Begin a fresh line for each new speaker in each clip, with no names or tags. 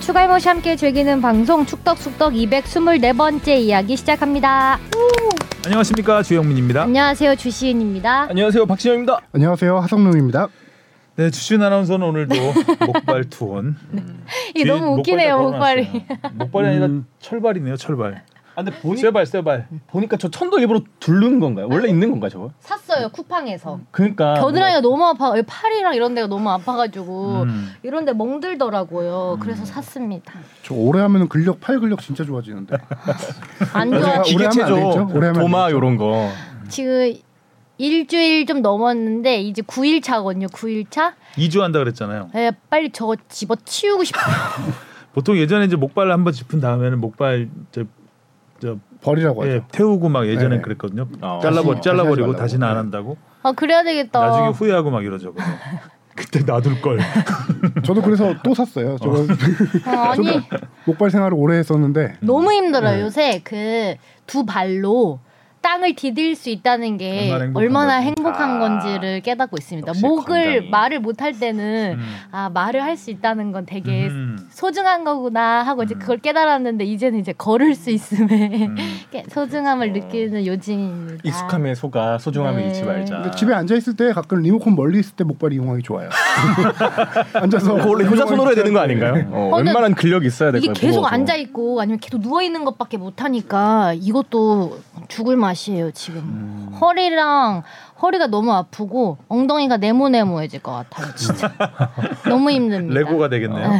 추갈모시 함께 즐기는 방송 축덕축덕 224번째 이야기 시작합니다.
안녕하십니까 주영민입니다.
안녕하세요 주시은입니다.
안녕하세요 박진영입니다.
안녕하세요 하성룡입니다.
네 주신 아나운서는 오늘도 목발 투혼.
이게
뒤에
너무 웃기네요
목발 다
목발이.
걸어놨어요. 목발이 아니라 철발이네요 철발.
아 근데 보니,
쇠발 쇠발.
까저 천도 일부러 둘른 건가요? 원래 있는 건가 저거?
샀어요 쿠팡에서.
음. 아,
그러니까
겨드랑이가 뭐. 너무 아파. 팔이랑 이런 데가 너무 아파가지고
네. 음.
이런 데 멍들더라고요. 그래서 샀습니다.
저 오래 하면 근력 팔 근력 진짜 좋아지는데.
안 좋아.
오래 하면 안 되죠? 오래 하면 안
도마 요런 거.
지금 일주일 좀 넘었는데 이제 9일 차거든요. 9일 차.
2주 한다 그랬잖아요.
에, 빨리 저거 집어 치우고 싶어요.
보통 예전에 이제 목발 한번 짚은 다음에는 목발 이제 저
버리라고 하죠.
예, 태우고 막 예전에
네.
그랬거든요.
어.
잘라버
다시,
잘라버리고
다시 하지
다시는 안
말라고.
한다고.
아 그래야 되겠다.
나중에 후회하고 막 이러죠. 그거. 그때 놔둘 걸.
저도 그래서 또 샀어요. 저
아, 아니
목발 생활을 오래 했었는데
음.
너무 힘들어요. 요새 그 두 발로 땅을 디딜 수 있다는 게
얼마나 행복한
얼마나
건지.
행복한
아,
건지를 깨닫고 있습니다.
역시
목을
건강이.
말을 못 할 때는
음.
아 말을 할 수 있다는 건 되게
음.
소중한 거구나 하고 이제 그걸 깨달았는데 이제는 이제 걸을 수 있음에
음.
깨- 소중함을 느끼는 요즘입니다.
익숙함에 속아 소중함을
네.
잃지 말자.
근데 집에 앉아 있을 때 가끔 리모컨 멀리 있을 때 목발 이용하기 좋아요. 앉아서
그거 원래 효자손으로 해야 되는 거 아닌가요? 어,
어, 근데
웬만한 근력이 있어야 될거
이게
요
계속 앉아 있고 아니면 계속 누워 있는 것밖에 못 하니까 이것도 죽을 맛이에요 지금
음.
허리랑 허리가 너무 아프고 엉덩이가 네모네모해질 것 같아요 진짜 너무 힘듭니다.
레고가 되겠네요.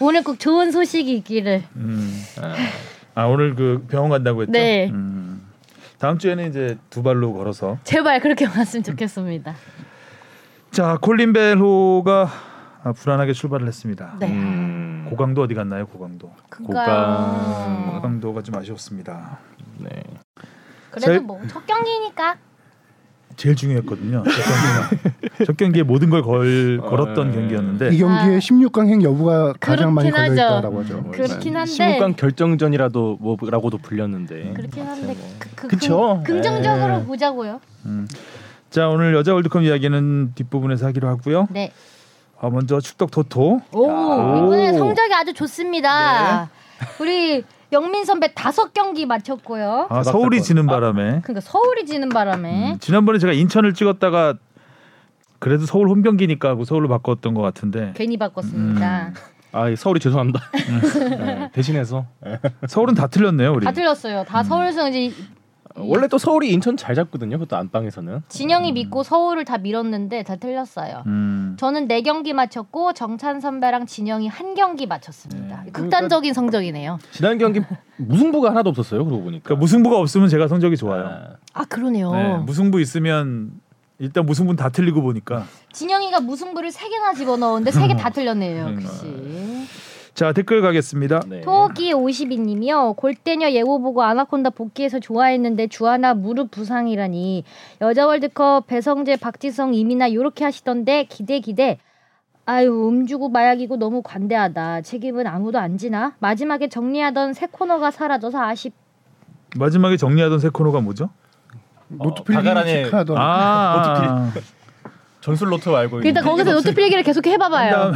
오늘 꼭 좋은 소식이 있기를
음. 아 오늘 그 병원 간다고 했죠.
네.
음. 다음 주에는 이제 두 발로 걸어서.
제발 그렇게 왔으면 좋겠습니다.
자 콜린 벨호가 아, 불안하게 출발을 했습니다.
네.
음.
고강도 어디 갔나요? 고강도.
그러니까요.
고강도가 좀 아쉬웠습니다.
네.
그래도
제-
뭐 첫 경기니까
제일 중요했거든요. 첫 경기가. 첫 경기에 모든 걸 걸, 걸었던
아,
경기였는데.
이 경기에
아.
16강행 여부가 가장 많이
그렇긴
걸려
하죠.
있다라고 하죠.
음. 뭐
그렇긴 한데
16강 네. 결정전이라도 뭐라고도 불렸는데.
그렇긴 한데 그, 그,
그쵸?
긍, 정적으로
네.
보자고요.
자 오늘 여자 월드컵 이야기는 뒷부분에서 하기로 하고요.
네.
아, 먼저 축덕 토토.
오 이번에
오. 네.
성적이 아주 좋습니다. 우리 영민 선배 다섯 경기 마쳤고요.
아 서울이
대박.
지는 바람에
그러니까 서울이 지는 바람에
음, 지난번에 제가 인천을 찍었다가 그래도 서울 홈 경기니까 하고 서울로 바꿨던 것 같은데
괜히
음.
바꿨습니다.
아, 예, 서울이 죄송합니다. 네, 대신해서
서울은 다 틀렸네요 우리.
그
음.
다 틀렸어요. 다 서울에서 이제
어, 원래 또 서울이 인천 잘 잡거든요. 그것도 안방에서는.
진영이 믿고 서울을 다 밀었는데 다 틀렸어요.
음.
저는 네 경기 마쳤고 정찬 선배랑 진영이 한 경기 마쳤습니다.
네.
극단적인 성적이네요.
지난 경기 무승부가 하나도 없었어요. 그러고 보니까.
그러니까 무승부가 없으면 제가 성적이 좋아요.
아,
아 그러네요.
네, 무승부 있으면 일단 무승부는 다 틀리고 보니까
진영이가 무승부를 세 개나 집어넣었는데 세 개 다 틀렸네요.
음.
역시.
자 댓글 가겠습니다.
네.
토끼 52님이요. 골대녀 예고 보고 아나콘다 복귀해서 좋아했는데 주하나 무릎 부상이라니. 여자 월드컵 배성재, 박지성, 이민아 요렇게 하시던데 기대 기대. 아유 음주고 마약이고 너무 관대하다. 책임은 아무도 안 지나. 마지막에 정리하던 새 코너가 사라져서 아쉽.
마지막에 정리하던 세 코너가 뭐죠?
바가란의-
노트필링
어,
체크하던
아
전술 로트 말고
그러니까 거기서 노트 필기를 계속 해봐봐요.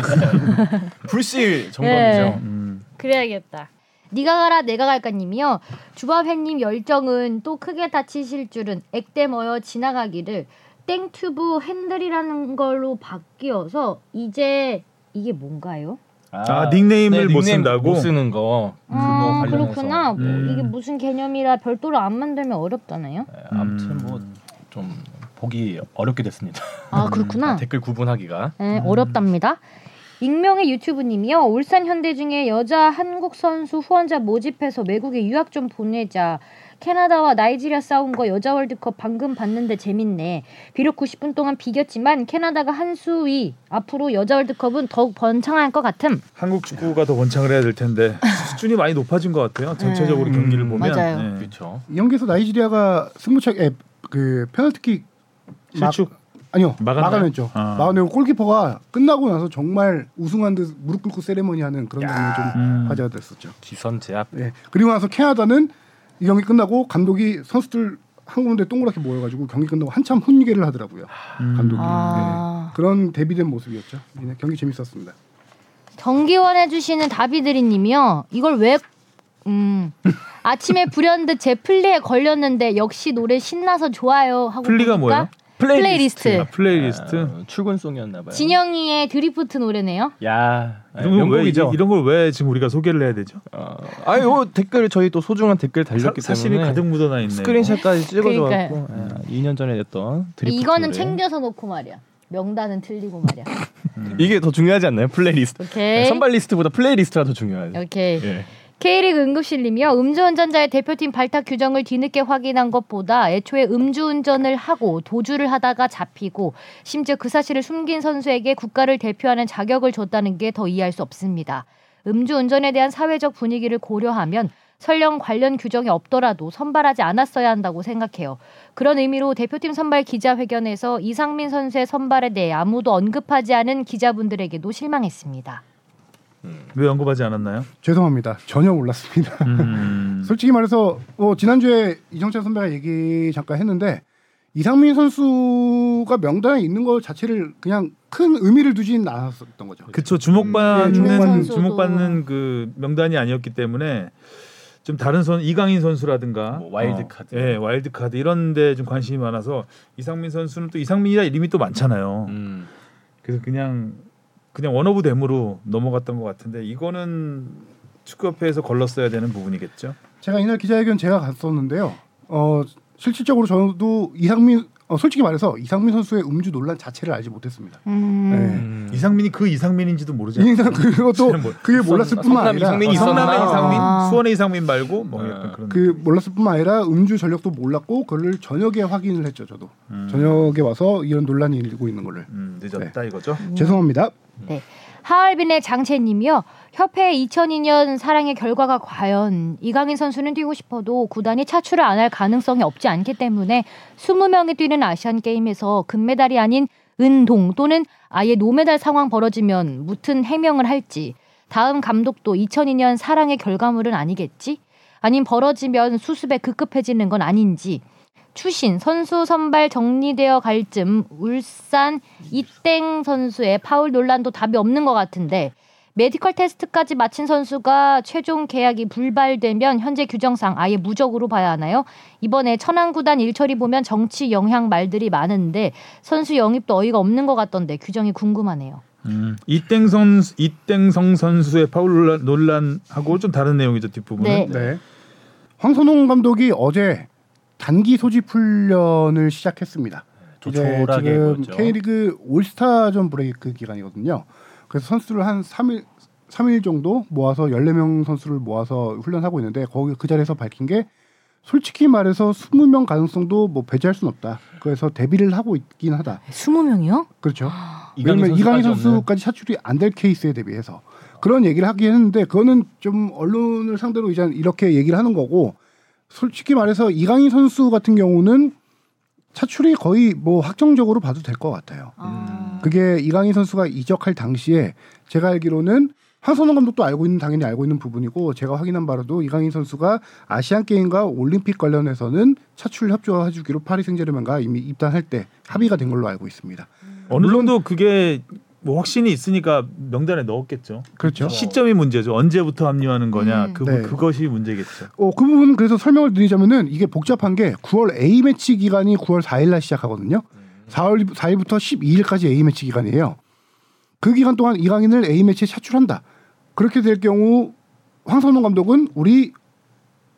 불씨
예.
정답이죠.
음,
그래야겠다. 니가 가라 내가 갈까님이요. 주바회님 열정은 또 크게 다치실 줄은 액땜어여 지나가기를 땡튜브 핸들이라는 걸로 바뀌어서 이제 이게 뭔가요?
아, 닉네임을 못 쓴다고?
못 쓰는 거. 그거
아
관련해서. 네,
그렇구나. 뭐
음.
이게 무슨 개념이라 별도로 안 만들면 어렵잖아요.
예, 아무튼 뭐 좀 보기 어렵게 됐습니다.
아 그렇구나.
댓글 구분하기가.
네,
음.
어렵답니다. 익명의 유튜브님이요. 울산 현대중에 여자 한국 선수 후원자 모집해서 외국에 유학 좀 보내자. 캐나다와 나이지리아 싸운 거 여자 월드컵 방금 봤는데 재밌네. 비록 90분 동안 비겼지만 캐나다가 한 수위. 앞으로 여자 월드컵은 더욱 번창할 것
네.
같음.
한국 축구가 더 번창을 해야 될 텐데 수준이 많이 높아진 것 같아요. 전체적으로
음.
경기를 보면
네. 맞아요.
네.
그렇죠.
이 경기에서 나이지리아가 승부책 앱, 그 페널티킥 막-
실축
아니요
막아내-
막아냈죠.
아.
막아내고 골키퍼가 끝나고 나서 정말 우승한 듯 무릎 꿇고 세레머니하는 그런 장면이 좀
음.
화제가 됐었죠.
기선 제압.
예. 그리고 나서 캐나다는 이 경기 끝나고 감독이 선수들 한 군데 동그랗게 모여가지고 경기 끝나고 한참 훈계를 하더라고요. 감독이
아.
예. 그런 대비된 모습이었죠. 예, 경기 재밌었습니다.
정기원 해주시는 다비드리님이요. 이걸 왜 음. 아침에 불현듯 제 플리에 걸렸는데 역시 노래 신나서 좋아요 하고
플리가
보니까
뭐예요?
플레이리스트.
아, 플레이리스트.
아, 출근송이었나 봐요.
진영이의 드리프트 노래네요.
야 아,
이런 걸왜
명곡이죠.
이런 걸 왜 지금 우리가 소개를 해야 되죠?
어, 아이 요 댓글 저희 또 소중한 댓글 달렸기
사, 사심이
때문에
가득 묻어나 있네.
스크린샷까지
그러니까요.
찍어줘갖고 아, 2년 전에 냈던 드리프트
이거는
노래.
챙겨서 놓고 말이야. 명단은 틀리고 말이야.
음. 이게 더 중요하지 않나요? 플레이리스트.
오케이.
네, 선발 리스트보다 플레이리스트가 더 중요하죠.
오케이.
예.
K리그 응급실님이요. 음주운전자의 대표팀 발탁 규정을 뒤늦게 확인한 것보다 애초에 음주운전을 하고 도주를 하다가 잡히고 심지어 그 사실을 숨긴 선수에게 국가를 대표하는 자격을 줬다는 게 더 이해할 수 없습니다. 음주운전에 대한 사회적 분위기를 고려하면 설령 관련 규정이 없더라도 선발하지 않았어야 한다고 생각해요. 그런 의미로 대표팀 선발 기자회견에서 이상민 선수의 선발에 대해 아무도 언급하지 않은 기자분들에게도 실망했습니다.
왜 언급하지 않았나요?
죄송합니다. 전혀 몰랐습니다.
음.
솔직히 말해서 뭐 지난주에 이정찬 선배가 얘기 잠깐 했는데 이상민 선수가 명단에 있는 것 자체를 그냥 큰 의미를 두진 않았었던 거죠.
그쵸 주목받는
예, 주목받는
선수도.
주목받는 그 명단이 아니었기 때문에 좀 다른 선 이강인 선수라든가
뭐 와일드카드.
어, 예 와일드 카드 이런데 좀 관심이 많아서 이상민 선수는 또 이상민이라 이름이 또 많잖아요.
음.
그래서 그냥 그냥 원오브 댐으로 넘어갔던 것 같은데 이거는 축구협회에서 걸렀어야 되는 부분이겠죠.
제가 이날 기자회견 제가 갔었는데요. 어, 실질적으로 저도 이상민 어, 솔직히 말해서 이상민 선수의 음주 논란 자체를 알지 못했습니다.
음.
음.
이상민이 그 이상민인지도 모르지.
네.
않아요?
인상 그것도
뭐,
그게 몰랐을
성남
뿐만 아니라
이상민이
어, 성남의
있었나?
이상민,
아.
수원의 이상민 말고 뭐
아.
약간 그런.
그 몰랐을 뿐만 아니라 음주 전력도 몰랐고 그걸 저녁에 확인을 했죠 저도
음.
저녁에 와서 이런 논란이 일고 있는 거를
음, 늦었다 이거죠.
죄송합니다
음. 네. 하얼빈의 장채님이요. 협회 2002년 사랑의 결과가 과연 이강인 선수는 뛰고 싶어도 구단이 차출을 안 할 가능성이 없지 않기 때문에 20명이 뛰는 아시안 게임에서 금메달이 아닌 은동 또는 아예 노메달 상황 벌어지면 무튼 해명을 할지 다음 감독도 2002년 사랑의 결과물은 아니겠지? 아님 벌어지면 수습에 급급해지는 건 아닌지 추신 선수 선발 정리되어 갈 쯤 울산 이땡 선수의 파울 논란도 답이 없는 것 같은데 메디컬 테스트까지 마친 선수가 최종 계약이 불발되면 현재 규정상 아예 무적으로 봐야 하나요? 이번에 천안 구단 일처리 보면 정치 영향 말들이 많은데 선수 영입도 어이가 없는 것 같던데 규정이 궁금하네요.
음, 이땡선 이땡성 선수의 파울 논란- 논란하고 좀 다른 내용이죠 뒷부분은.
네.
네 황선홍 감독이 어제 단기 소집 훈련을 시작했습니다 이제
조촐하게
지금
보였죠.
K리그 올스타전 브레이크 기간이거든요 그래서 선수를 한 3일 3일 정도 모아서 14명 선수를 모아서 훈련하고 있는데 거기 그 자리에서 밝힌 게 솔직히 말해서 20명 가능성도 뭐 배제할 수는 없다. 그래서 대비를 하고 있긴 하다.
20명이요?
그렇죠.
이강인
왜냐면 이강인
선수까지
선수까지 차출이 안 될 케이스에 대비해서 그런 얘기를 하긴 했는데 그거는 좀 언론을 상대로 이제 이렇게 얘기를 하는 거고 솔직히 말해서 이강인 선수 같은 경우는 차출이 거의 뭐 확정적으로 봐도 될 것 같아요.
음.
아...
그게 이강인 선수가 이적할 당시에 제가 알기로는 한선홍 감독도 알고 있는 당연히 알고 있는 부분이고 제가 확인한 바로도 이강인 선수가 아시안 게임과 올림픽 관련해서는 차출 협조해 주기로 파리 생제르맹과 이미 입단할 때 합의가 된 걸로 알고 있습니다.
어느 정도 그게 뭐 확신이 있으니까 명단에 넣었겠죠.
그렇죠.
시점이 문제죠. 언제부터 합류하는 거냐.
음.
그
네.
그것이 문제겠죠.
어, 그 부분은 그래서 설명을 드리자면은 이게 복잡한 게 9월 A 매치 기간이 9월 4일 날 시작하거든요. 4월 4일부터 12일까지 A 매치 기간이에요. 그 기간 동안 이강인을 A 매치에 차출한다. 그렇게 될 경우 황선홍 감독은 우리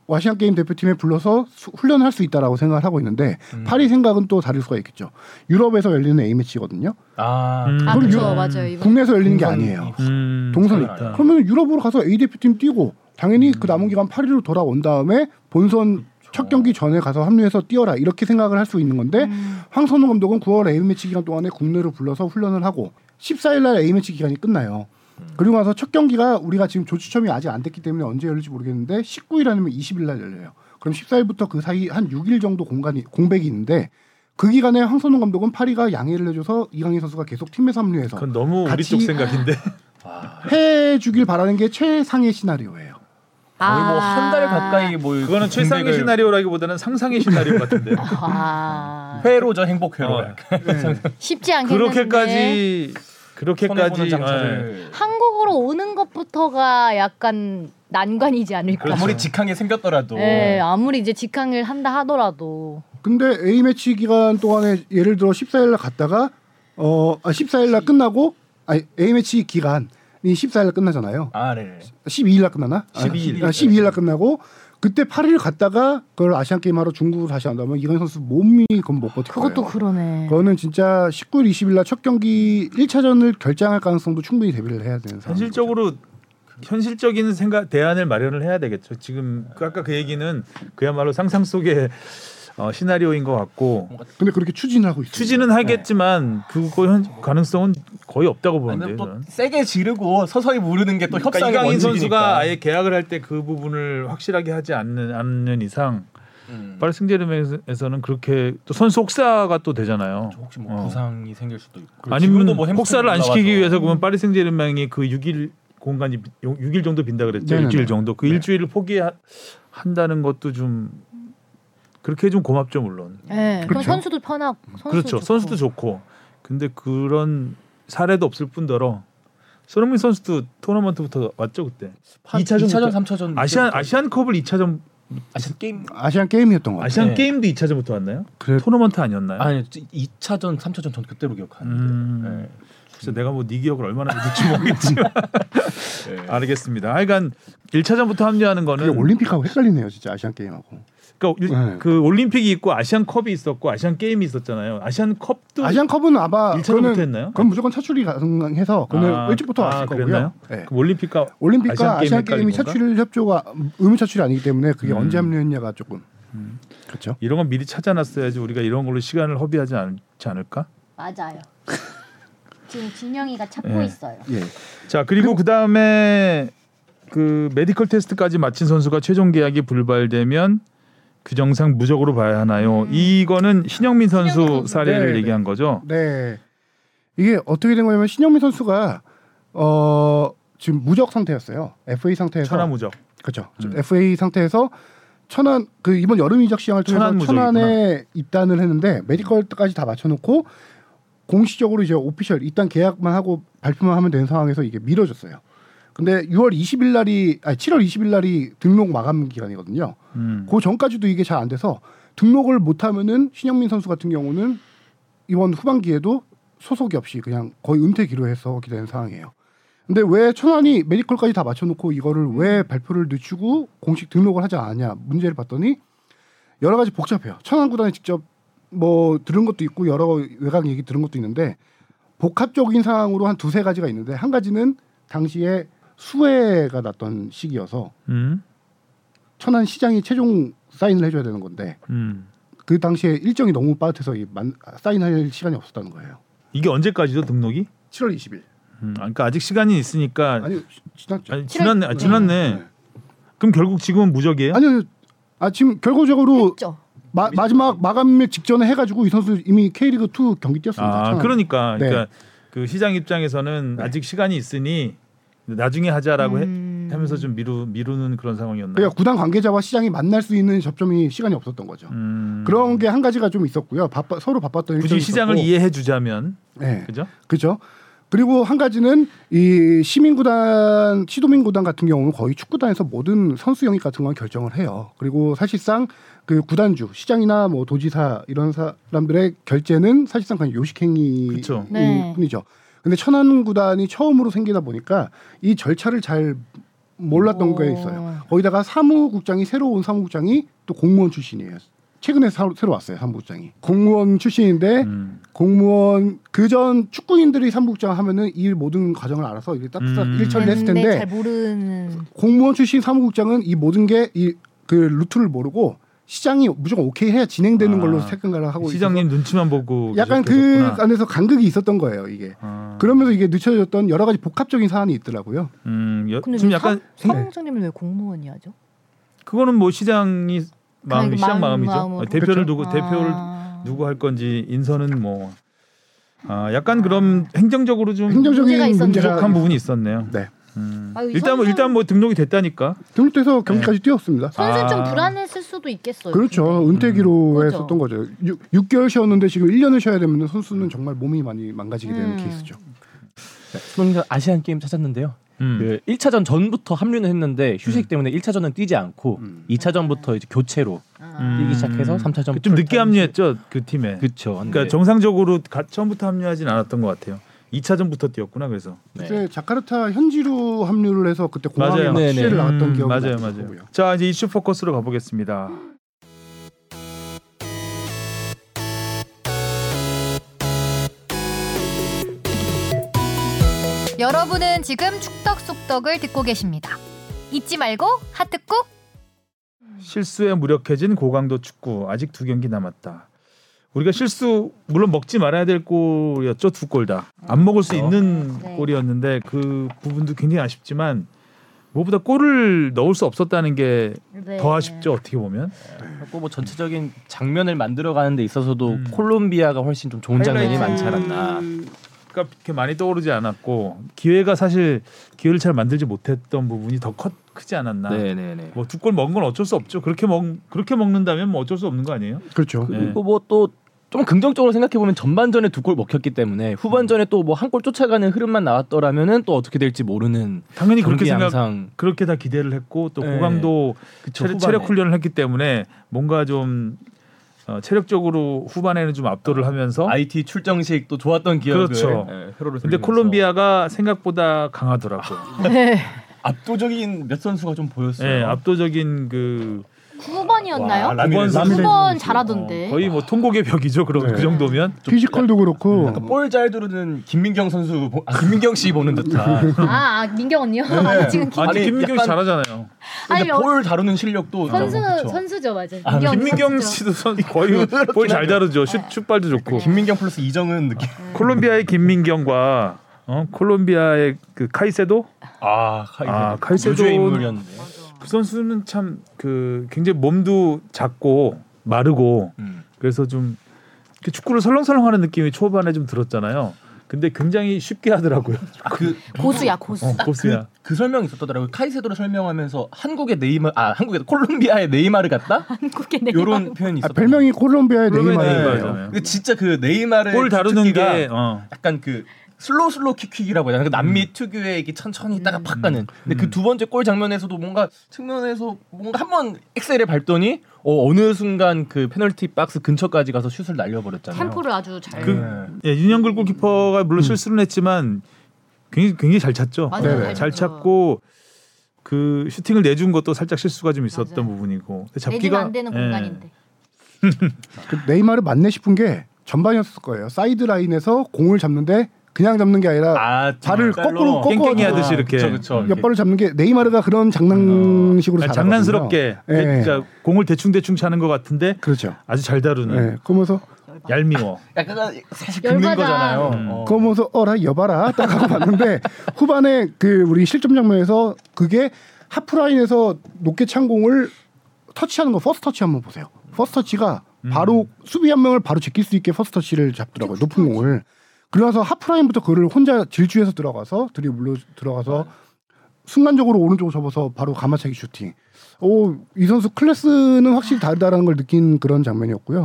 아시안 게임 대표팀에 불러서 수- 훈련을 할 수 있다라고 생각을 하고 있는데 파리 생각은 또 다를 수가 있겠죠. 유럽에서 열리는 A 매치거든요.
아,
음.
아
그럼
그렇죠
유-
맞아요 이번
국내에서 열리는 게
동선이-
아니에요.
음,
동선이
있다.
그러면 유럽으로 가서 A 대표팀 뛰고 당연히 그 남은 기간 8일로 돌아온 다음에 본선 첫 경기 전에 가서 합류해서 뛰어라 이렇게 생각을 할 수 있는 건데 황선우 감독은 9월 A 매치 기간 동안에 국내로 불러서 훈련을 하고 14일 날 A 매치 기간이 끝나요. 그리고 나서 첫 경기가 우리가 지금 조추첨이 아직 안 됐기 때문에 언제 열릴지 모르겠는데 19일 아니면 20일 날 열려요. 그럼 14일부터 그 사이 한 6일 정도 공간이 공백이 있는데 그 기간에 황선우 감독은 파리가 양해를 해줘서 이강인 선수가 계속 팀에서 합류해서
그건 너무 우리
같이-
쪽 생각인데.
해주길 바라는 게 최상의 시나리오예요.
아.
거의 뭐한 달 가까이 뭐
그거는 최상의
공백을-
시나리오라기보다는 상상의 시나리오 같은데.
아...
회로죠 행복 회로.
어.
쉽지 않겠는데.
그렇게까지 예. 그렇게까지
손해보는 장사를
한국으로 오는 것부터가 약간 난관이지
예.
않을까.
그렇죠.
그렇죠.
아무리 직항이 생겼더라도
예, 아무리 이제 직항을 한다 하더라도
근데 A 매치 기간 동안에 예를 들어 14일 날 갔다가 어 아, 14일 날 끝나고 아니 A 매치 기간이 14일 날 끝나잖아요.
아 네.
12일 날 끝나나?
12일.
아, 12일 날 끝나고 그때 8일 갔다가 그걸 아시안 게임 하러 중국으로 다시 한다면 이건 선수 몸이 그건 못 버틸 거예요.
그것도 그러네.
그거는 진짜 19일, 20일 날 첫 경기 1차전을 결정할 가능성도 충분히 대비를 해야 되는 상황.
현실적으로 현실적인 생각 대안을 마련을 해야 되겠죠. 지금 그 아까 그 얘기는 그야말로 상상 속의 어, 시나리오인 것 같고
근데 그렇게 추진을 하고 있어요.
추진은 하겠지만 그거 뭐 현, 가능성은 거의 없다고 보는데
아니면 또
저는.
세게 지르고 서서히 무르는 게 또
그러니까
협상의
이강인 선수가
원칙이니까.
아예 계약을 할 때 그 부분을 확실하게 하지 않는 않는 이상
음.
파리 생제르맹에서는 그렇게 또 선수 혹사가 또 되잖아요.
혹시 뭐
어.
부상이 생길 수도 있고
아니면
지금도 뭐 햄스트링
혹사를 안 시키기
올라와서
위해서 그러면 파리 생제르맹이 그 6일 공간이 6일 정도 빈다 그랬죠.
네네네.
일주일 정도. 그
네.
일주일을 포기한다는 것도 좀 그렇게 좀 고맙죠 물론.
예, 그럼
그렇죠.
선수도 편하고 선수도
그렇죠.
좋고.
선수도 좋고. 근데 그런 사례도 없을 뿐더러 손흥민 선수도 토너먼트부터 왔죠 그때.
한
2차전부터 그러니까
2차전 3차전
아시안 아시안컵을 2차전
아시안
음.
게임
아시안 게임이었던 것 같아요.
아시안
네.
게임도 2차전부터 왔나요?
그래
토너먼트 아니었나요?
아니 2차전 3차전 전 그때로 기억하는데
네.
음.
예.
그래서 내가 뭐 네 기억을 얼마나 믿을지 모르겠지만
예.
알겠습니다. 하여간 1차전부터 합류하는
그게
거는
올림픽하고 헷갈리네요, 진짜 아시안 게임하고.
그러니까 일-
네.
그 올림픽이 있고 아시안 컵이 있었고 아시안 게임이 있었잖아요. 아시안 컵도
아시안 컵은 아마
1차전부터
그거는
했나요?
그건 무조건 차출이 가능해서 그는
아,
일찍부터
아,
왔을
그랬나요?
거고요. 네.
그 올림픽과
올림픽과
아시안
아시안
게임
게임이
헷갈린
차출 협조가 의무 차출이 아니기 때문에 그게
음.
언제 합류했냐가 조금 그렇죠.
이런 건 미리 찾아놨어야지 우리가 이런 걸로 시간을 허비하지 않지 않을까?
맞아요. 지금 진영이가 찾고
네.
있어요.
예.
자 그리고 그 다음에 그 메디컬 테스트까지 마친 선수가 최종 계약이 불발되면 그 규정상 무적으로 봐야 하나요? 이거는 음. 신영민 선수
선수.
사례를
네, 네.
얘기한 거죠.
네. 이게 어떻게 된 거냐면 신영민 선수가 어 지금 무적 상태였어요. FA 상태에서
천하 무적.
그렇죠.
음.
FA 상태에서 천안 그 이번 여름 이적 시장을 통해서
천안 무적이구나.
천안에 입단을 했는데 메디컬까지 다 맞춰놓고 공식적으로 이제 오피셜 입단 계약만 하고 발표만 하면 되는 상황에서 이게 미뤄졌어요. 근데 6월 20일 날이 아니 7월 20일 날이 등록 마감 기간이거든요.
음.
그 전까지도 이게 잘 안 돼서 등록을 못하면은 신영민 선수 같은 경우는 이번 후반기에도 소속이 없이 그냥 거의 은퇴기로 해서 기대는 상황이에요. 근데 왜 천안이 메디컬까지 다 맞춰놓고 이거를 왜 발표를 늦추고 공식 등록을 하지 않았냐 문제를 봤더니 여러 가지 복잡해요. 천안 구단이 직접 뭐 들은 것도 있고 여러 외곽 얘기 들은 것도 있는데 복합적인 상황으로 한 두세 가지가 있는데 한 가지는 당시에 수해가 났던 시기여서
음.
천안 시장이 최종 사인을 해줘야 되는 건데
음.
그 당시에 일정이 너무 빠듯해서 이 만- 사인할 시간이 없었다는 거예요.
이게 언제까지죠 등록이?
7월 20일.
음. 아, 그러니까 아직 시간이 있으니까 아니,
아니 시- 지났죠.
지났네. 아, 지났네.
네.
그럼 결국 지금은 무적이에요?
아니요. 아니요. 아 지금 결과적으로
했죠.
마, 마지막 마감일 직전에 해가지고 이 선수 이미 K리그 2 경기 뛰었습니다.
아,
천안.
그러니까
네.
그러니까 그 시장 입장에서는
네.
아직 시간이 있으니 나중에 하자라고 해,
음.
하면서 좀 미루 미루는 그런 상황이었나요?
그러니까 구단 관계자와 시장이 만날 수 있는 접점이 시간이 없었던 거죠.
음,
그런 게 한 가지가 좀 있었고요. 바빠, 서로 바빴던
굳이
일정이
시장을
있었고.
이해해 주자면
네.
그죠?
그죠. 그리고 한 가지는 이 시민구단, 시도민구단 같은 경우는 거의 축구단에서 모든 선수 영입 같은 건 결정을 해요. 그리고 사실상 그 구단주, 시장이나 뭐 도지사 이런 사람들의 결재는 사실상 그냥 요식행위일 음,
그쵸.
네.
뿐이죠. 근데 천안구단이 처음으로 생기다 보니까 이 절차를 잘 몰랐던
오.
게 있어요. 거기다가 사무국장이 새로 온 사무국장이 또 공무원 출신이에요. 최근에 사- 새로 왔어요 사무국장이 공무원 출신인데
음.
공무원 그전 축구인들이 사무국장 하면은 이 모든 과정을 알아서 이렇게 딱딱
음.
일처리를 했을
근데
텐데
네, 잘
어,
모르는
공무원 출신 사무국장은 이 모든 게 이 그 루트를 모르고 시장이 무조건 오케이 해야 진행되는
아,
걸로 생각을 하고
시장님 눈치만 보고
있어서 약간 그
계셨구나.
안에서 간극이 있었던 거예요 이게
아,
그러면서 이게 늦춰졌던 여러 가지 복합적인 사안이 있더라고요
음, 여,
근데 그
지금 약간
사무장님은 왜 공무원이 하죠?
그거는 뭐 시장이 마음이
그 마음-
시장 마음이죠.
마음으로.
어, 대표를
그렇죠.
누구 대표를
아.
누구 할 건지 인선은 뭐 아, 약간 그럼 행정적으로 좀
행정적인
문제가 있었네요.
문제가
부족한 부분이 있었네요.
네
음.
아유, 이
일단 뭐
선수는-
일단 뭐 등록이 됐다니까.
등록돼서
네.
경기까지 뛰었습니다
선수 는좀
아.
불안했을 수도 있겠어요.
그렇죠 은퇴 기로에
음, 그렇죠.
썼던 거죠 6, 개월 쉬었는데 지금 1년을 쉬어야 되면 선수는 정말 몸이 많이 망가지게 되는
음.
케이스죠
수능에서 아시안 게임 찾았는데요.
음.
네.
그 1차전 전부터 합류는 했는데 휴식 때문에 1차전은 뛰지 않고
음.
2차전부터 이제 교체로
아.
음.
뛰기 시작해서 3차전
좀 늦게 합류했죠 그 팀에. 그,
그렇죠.
러니까 정상적으로 가, 처음부터 합류하진 않았던 것 같아요. 2차전부터 뛰었구나 그래서.
네.
네.
그때 자카르타 현지로 합류를 해서 그때 공항에
네. 맞아요.
막
네네.
취재를 나갔던
음,
기억이
맞아요,
나기도
맞아요.
하고요.
자 이제 이슈 포커스로 가보겠습니다.
여러분은 지금 축덕 속덕을 듣고 계십니다. 잊지 말고 하트 꾹.
실수에 무력해진 고강도 축구 아직 두 경기 남았다. 우리가 실수 물론 먹지 말아야 될 골이었죠 두 골 다.
음,
안 먹을
그렇죠.
수 있는
네.
골이었는데 그 부분도 굉장히 아쉽지만 무엇보다 골을 넣을 수 없었다는 게 더
네.
아쉽죠 어떻게 보면.
그리고 뭐 전체적인 장면을 만들어 가는 데 있어서도
음.
콜롬비아가 훨씬 좀 좋은 장면이
하이라이트.
많지 않았나.
그러니까 그렇게 많이 떠오르지 않았고 기회가 사실 기회를 잘 만들지 못했던 부분이 더 컸, 크지 않았나.
네, 네, 네.
뭐 두 골 먹은 건 어쩔 수 없죠. 그렇게 먹 그렇게 먹는다면 뭐 어쩔 수 없는 거 아니에요?
그렇죠.
네.
그리고 뭐 또 좀 긍정적으로 생각해 보면 전반전에 두 골 먹혔기 때문에 후반전에 또 뭐 한 골 쫓아가는 흐름만 나왔더라면은 또 어떻게 될지 모르는
네. 당연히 그렇게
경기
생각
양상
그렇게 다 기대를 했고 또
네.
고강도
그쵸,
체력,
후반에.
체력 훈련을 했기 때문에 뭔가 좀 어, 체력적으로 후반에는 좀 압도를 하면서
IT 출정식 또 좋았던 기억을
그렇죠.
예,
네.
회로를
근데
돌리면서. 아,
콜롬비아가 생각보다 강하더라고. 요
압도적인 몇 선수가 좀 보였어요.
예, 압도적인 그
9번이었나요?
와, 라미레스.
라미레스
9번 잘하던데.
거의 뭐 통곡의 벽이죠. 그럼
네.
그 정도면
피지컬도 그렇고 아,
그러니까 볼잘 두르는 김민경 선수, 보- 아, 김민경 씨 보는 듯한.
아, 아, 민경 언니요? 아, 지금 기...
어, 네. 아니,
아니,
김민경 씨
약간-
잘하잖아요.
아니,
근데
어-
그러니까 볼 다루는 실력도
선수
있다고, 그쵸?
선수죠, 맞아요.
아,
김민경
선수죠. 네.
씨도 선 거의
뭐
볼 잘 다루죠. 슛 슛발도 좋고.
김민경 플러스 이정은 느낌.
음. 콜롬비아의 김민경과 어? 콜롬비아의 그 카이세도
아, 카이세.
아, 카이세도-
유주의 인물이었는데.
그 선수는 참 그 굉장히 몸도 작고 마르고
음.
그래서 좀 이렇게 축구를 설렁설렁하는 느낌이 초반에 좀 들었잖아요. 근데 굉장히 쉽게 하더라고요.
그
고수야, 고수.
어, 고수야.
그 설명이 있었더라고요. 카이세도를 설명하면서 한국의 네이마 아 한국의 콜롬비아의 네이마르 같다?
한국의 네.
요런 표현이
아,
있었어요.
별명이 콜롬비아의
콜롬비아의
네이마르예요.
네이마르잖아요.
근데 진짜 그 네이마르
볼 다루는 게 어.
약간 그 슬로우 슬로우 킥킥이라고 해야 되나? 그 남미
음.
특유의 이게 천천히 있다가
음.
팍 가는. 근데 그 두 번째 골 장면에서도 뭔가 측면에서 뭔가 한 번 엑셀을 밟더니
어, 어느 순간 그 페널티 박스 근처까지 가서 슛을 날려버렸잖아요.
템포를 아주 잘.
그-
네. 음.
예, 윤영글 골키퍼가 물론 실수는 했지만 굉장히 굉장히 잘 찼죠.
맞아요.
네네.
잘 찾고 그 슈팅을 내준 것도 살짝 실수가 좀 있었던
맞아요.
부분이고 근데
내기가 안 되는
예.
공간인데.
그 네이마르 맞네 싶은 게 전반이었을 거예요. 사이드 라인에서 공을 잡는데 그냥 잡는 게 아니라
아
발을 거꾸로 꺾어
깽깽이 하듯이 이렇게.
그쵸, 그쵸.
몇 번을 잡는 게 네이마르가 그런 장난식으로
아,
잘하거든요.
장난스럽게
예.
그러니까 공을 대충 대충 차는 것 같은데
그렇죠.
아주 잘 다루는
예. 아, 그러면서
얄미워.
약간 사실 긁는
열받아.
거잖아요.
음.
어.
그러면서 어라 여봐라 딱 하고 봤는데 후반에 그 우리 실점 장면에서 그게 하프라인에서 높게 찬 공을 터치하는 거 퍼스트 터치 한번 보세요. 퍼스트 터치가
음.
바로 수비 한 명을 바로 제낄 수 있게 퍼스트 터치를 잡더라고요. 높은 공을. 그래서 하프라인부터 그를 혼자 질주해서 들어가서 드리블로 들어가서
네.
순간적으로 오른쪽으로 접어서 바로 가마차기 슈팅. 오, 이 선수 클래스는 확실히 다르다라는 걸 느낀 그런 장면이었고요.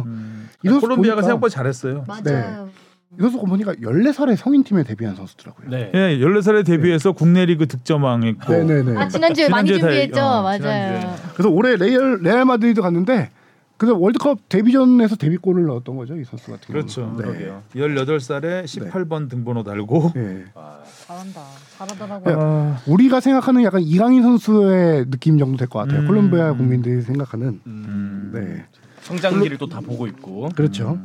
이 선수
음. 콜롬비아가
보니까-
생각보다 잘했어요.
맞아요.
이 선수 보니까 14살에 성인팀에 데뷔한 선수더라고요.
네.
예, 14살에 데뷔해서 국내 리그 득점왕했고
네. 네네네.
아, 지난주에 많이
지난주에 다-
준비했죠.
어,
맞아요.
지난주에.
그래서 올해 레알 레알 마드리드 갔는데 그래서 월드컵 데뷔전에서 데뷔골을 넣었던 거죠 이 선수 같은
그렇죠.
경우는. 네.
그러게요. 18살에 18번 등번호 달고
예.
잘한다. 잘하더라고요.
아,
우리가 생각하는 약간 이강인 선수의 느낌 정도 될 것 같아요.
음.
콜롬비아 국민들이 생각하는.
음.
네.
성장기를 또 다 보고 있고.
그렇죠.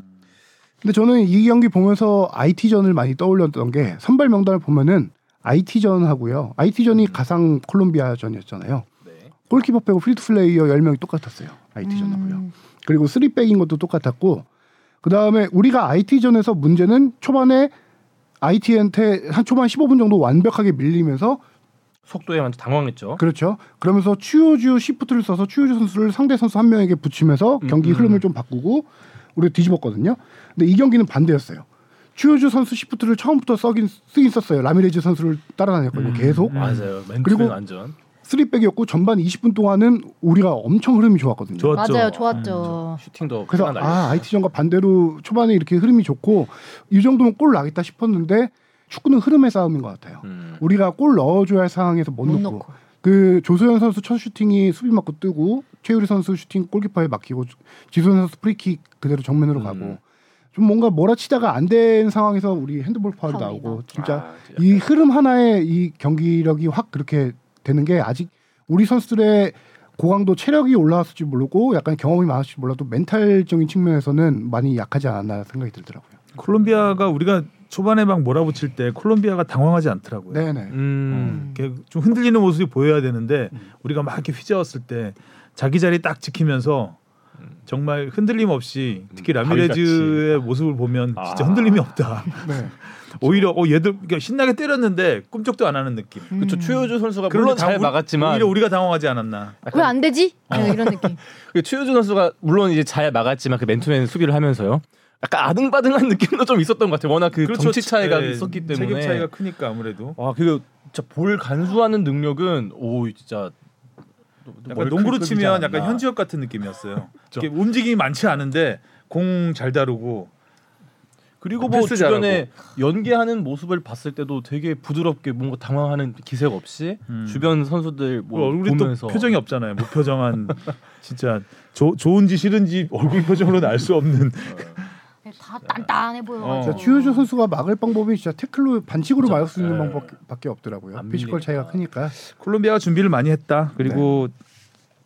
근데 저는 이 경기 보면서 IT전을 많이 떠올렸던 게 선발 명단을 보면은 IT전하고요. IT전이 가상 콜롬비아전이었잖아요.
네.
골키퍼 빼고 필드 플레이어 10명이 똑같았어요. IT전하고요. 그리고 3백인 것도 똑같았고 그다음에 우리가 IT전에서 문제는 초반에 IT한테 한 초반 15분 정도 완벽하게 밀리면서
속도에 완전 당황했죠.
그렇죠. 그러면서 추요주 시프트를 써서 추요주 선수를 상대 선수 한 명에게 붙이면서 경기 흐름을 좀 바꾸고 우리 가 뒤집었거든요. 근데 이 경기는 반대였어요. 추요주 선수 시프트를 처음부터 써긴 쓰긴 썼어요. 라미레즈 선수를 따라다녔거든요. 계속
맞아요. 맨투맨
음. 그리고-
완전.
3백이었고 전반 20분 동안은 우리가 엄청 흐름이 좋았거든요.
좋았죠. 음,
맞아요. 좋았죠.
슈팅도
그래서
끝나 날렸어요.
아 IT전과 반대로 초반에 이렇게 흐름이 좋고 이 정도면 골 나겠다 싶었는데 축구는 흐름의 싸움인 것 같아요.
음.
우리가 골 넣어줘야 할 상황에서 못,
못
넣고.
넣고.
그 조소연 선수 첫 슈팅이 수비 맞고 뜨고 최유리 선수 슈팅 골키퍼에 막히고 지소연 선수 프리킥 그대로 정면으로
음.
가고 좀 뭔가 몰아치다가 안 된 상황에서 우리 핸드볼 파울
파울이다.
나오고 진짜
아, 진짜.
이 흐름 하나에 이 경기력이 확 그렇게 되는 게 아직 우리 선수들의 고강도 체력이 올라왔을지 모르고 약간 경험이 많았을지 몰라도 멘탈적인 측면에서는 많이 약하지 않았나 생각이 들더라고요.
콜롬비아가 우리가 초반에 막 몰아붙일 때 콜롬비아가 당황하지 않더라고요.
네네.
음.
이렇게 좀 흔들리는 모습이 보여야 되는데 우리가 막 이렇게 휘저었을 때 자기 자리 딱 지키면서 정말 흔들림 없이 특히
음,
라미레즈의 모습을 보면
아.
진짜 흔들림이 없다.
네.
오히려 어 얘들 그러니까 신나게 때렸는데 꿈쩍도 안 하는 느낌.
그렇죠. 추효주
음.
선수가
그런데
물론 잘
당황-
막았지만
오히려 우리가 당황하지 않았나.
왜 안 되지?
음.
네, 이런 느낌.
그 최유준 선수가 물론 이제 잘 막았지만 그 맨투맨 수비를 하면서요. 약간 아등바등한 느낌도 좀 있었던 것 같아요. 워낙 그 정치 차이가
예,
있었기
체격
때문에. 어,
차이가 크니까 아무래도.
와, 그리고 진짜 볼 간수하는 능력은 오 진짜
약간
월클
농구로
급이지
치면
않았나.
약간 현지역 같은 느낌이었어요. 이렇게 움직임이 많지 않은데 공 잘 다루고
그리고 뭐
패스
주변에 연계하는 모습을 봤을 때도 되게 부드럽게 뭔가 당황하는 기색 없이
음.
주변 선수들 뭐
어, 얼굴이
보면서
또 표정이 없잖아요. 무표정한 진짜 조- 좋은지 싫은지 얼굴 표정으로는 알 수 없는
다 단단해 보여가지고.
어.
진짜 추효주 선수가 막을 방법이 진짜 태클로 반칙으로 막을 수 있는
네.
방법밖에 없더라고요.
안
피지컬
밀리니까.
차이가 크니까.
콜롬비아가 준비를 많이 했다. 그리고
네.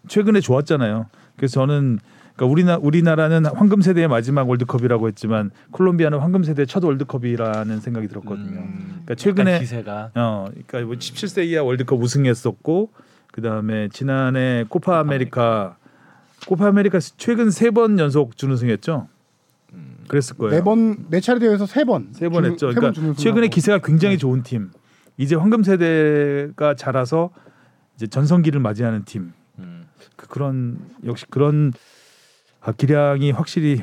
최근에 좋았잖아요. 그래서 저는 그러니까 우리나 우리나라는 황금 세대의 마지막 월드컵이라고 했지만 콜롬비아는 황금 세대의 첫 월드컵이라는 생각이 들었거든요.
음.
그러니까
최근에
최근에
기세가
어, 그러니까 뭐 17세 이하 월드컵 우승했었고 그 다음에 지난해 코파 아메리카 코파 아메리카 최근 세 번 연속 준우승했죠.
음.
그랬을 거예요.
네번 네 차례 대회에서 세 번.
세 번
주-
했죠.
세번
그러니까
주는 순간
최근에
하고. 네.
기세가 굉장히 좋은 팀. 이제 황금 세대가 자라서 이제 전성기를 맞이하는 팀.
음.
그, 런 역시 그런 아, 기량이 확실히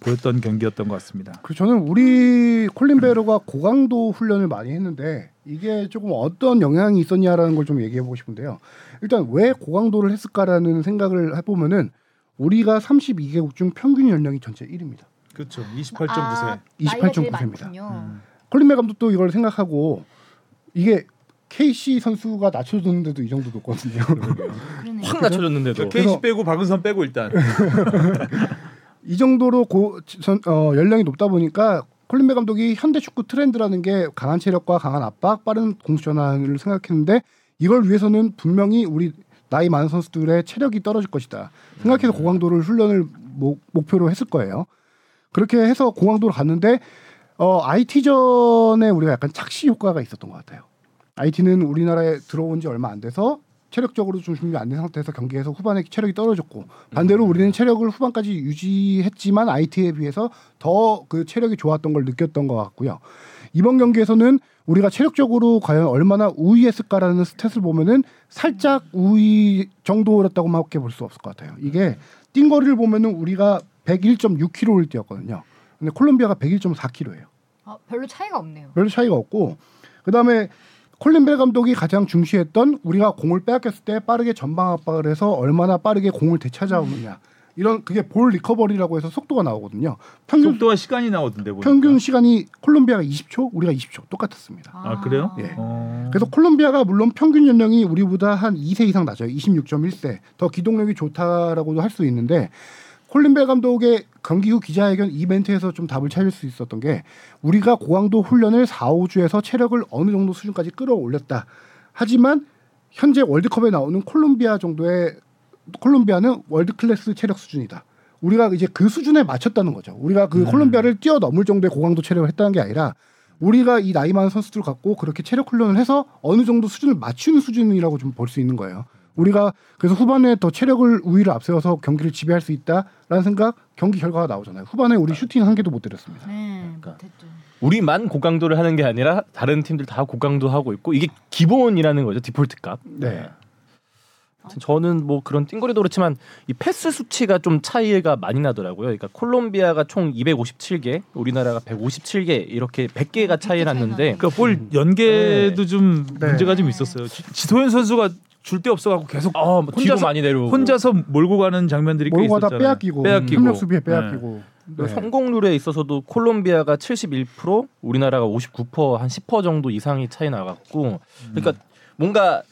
보였던 경기였던 것 같습니다.
그 저는 우리 콜린 베로가 고강도 훈련을 많이 했는데 이게 조금 어떤 영향이 있었냐라는 걸 좀 얘기해 보고 싶은데요. 일단 왜 고강도를 했을까라는 생각을 해 보면은 우리가 32개국 중 평균 연령이 전체 1위입니다.
그렇죠.
아,
28.9
나이가 제일
세입니다.
많군요.
음.
콜린 베 감독도 이걸 생각하고 이게 KC 선수가 낮춰줬는데도 이 정도 높거든요.
그러네.
확 낮춰졌는데도
KC 빼고 박은선 빼고 일단
이 정도로 고, 전, 어, 연령이 높다 보니까 콜린베 감독이 현대 축구 트렌드라는 게 강한 체력과 강한 압박, 빠른 공수 전환을 생각했는데 이걸 위해서는 분명히 우리 나이 많은 선수들의 체력이 떨어질 것이다 생각해서 고강도를 훈련을 목, 목표로 했을 거예요. 그렇게 해서 고강도로 갔는데 어, IT전에 우리가 약간 착시 효과가 있었던 것 같아요. IT는 우리나라에 들어온 지 얼마 안 돼서 체력적으로 좀 준비 안 된 상태에서 경기에서 후반에 체력이 떨어졌고 반대로 우리는 체력을 후반까지 유지했지만 IT에 비해서 더 그 체력이 좋았던 걸 느꼈던 것 같고요. 이번 경기에서는 우리가 체력적으로 과연 얼마나 우위했을까라는 스탯을 보면은 살짝 우위 정도였다고만밖에 볼 수 없을 것 같아요. 이게 띵거리를 보면은 우리가 101.6km를 뛰었거든요. 근데 콜롬비아가 101.4km예요.
아, 별로 차이가 없네요.
별 차이가 없고 그다음에 콜린 벨 감독이 가장 중시했던 우리가 공을 빼앗겼을 때 빠르게 전방 압박을 해서 얼마나 빠르게 공을 되찾아오느냐 이런 그게 볼 리커버리라고 해서 속도가 나오거든요. 평균
속도와 시간이 나오던데 보니까.
평균 시간이 콜롬비아가 20초, 우리가 20초 똑같았습니다.
아 그래요?
예.
어.
그래서 콜롬비아가 물론 평균 연령이 우리보다 한 2세 이상 낮아요. 26.1세. 더 기동력이 좋다라고도 할 수 있는데 콜린벨 감독의 경기 후 기자회견 이벤트에서 좀 답을 찾을 수 있었던 게 우리가 고강도 훈련을 4, 5주에서 체력을 어느 정도 수준까지 끌어올렸다. 하지만 현재 월드컵에 나오는 콜롬비아 정도의 콜롬비아는 월드 클래스 체력 수준이다. 우리가 이제 그 수준에 맞췄다는 거죠. 우리가 그 콜롬비아를 뛰어넘을 정도의 고강도 체력을 했다는 게 아니라 우리가 이 나이 많은 선수들 갖고 그렇게 체력 훈련을 해서 어느 정도 수준을 맞추는 수준이라고 좀 볼 수 있는 거예요. 우리가 그래서 후반에 더 체력을 우위를 앞세워서 경기를 지배할 수 있다라는 생각 경기 결과가 나오잖아요. 후반에 우리 슈팅 한 개도 못 때렸습니다.
네,
그러니까.
못했죠.
우리만 고강도를 하는 게 아니라 다른 팀들 다 고강도 하고 있고 이게 기본이라는 거죠 디폴트 값.
네.
아무튼 저는 뭐 그런 띵거리도 그렇지만 이 패스 수치가 좀 차이가 많이 나더라고요. 그러니까 콜롬비아가 총 257개, 우리나라가 157개 이렇게 어, 100개가 차이
차이
났는데 음.
나네.
그러니까 볼 연계도 좀
그 네.
문제가 좀 있었어요. 지- 지소연 선수가 줄 데 없어갖고 계속
아, 뭐 뒤로
혼자서-
많이 내려오고
혼자서 몰고 가는 장면들이 꽤
몰고 네. 가다
있었잖아요.
빼앗기고,
빼앗기고.
협력 수비에
네.
빼앗기고.
그
네.
성공률에 있어서도 콜롬비아가 71%, 우리나라가 59%, 한 10% 정도 이상이 차이 나갔고, 그러니까 뭔가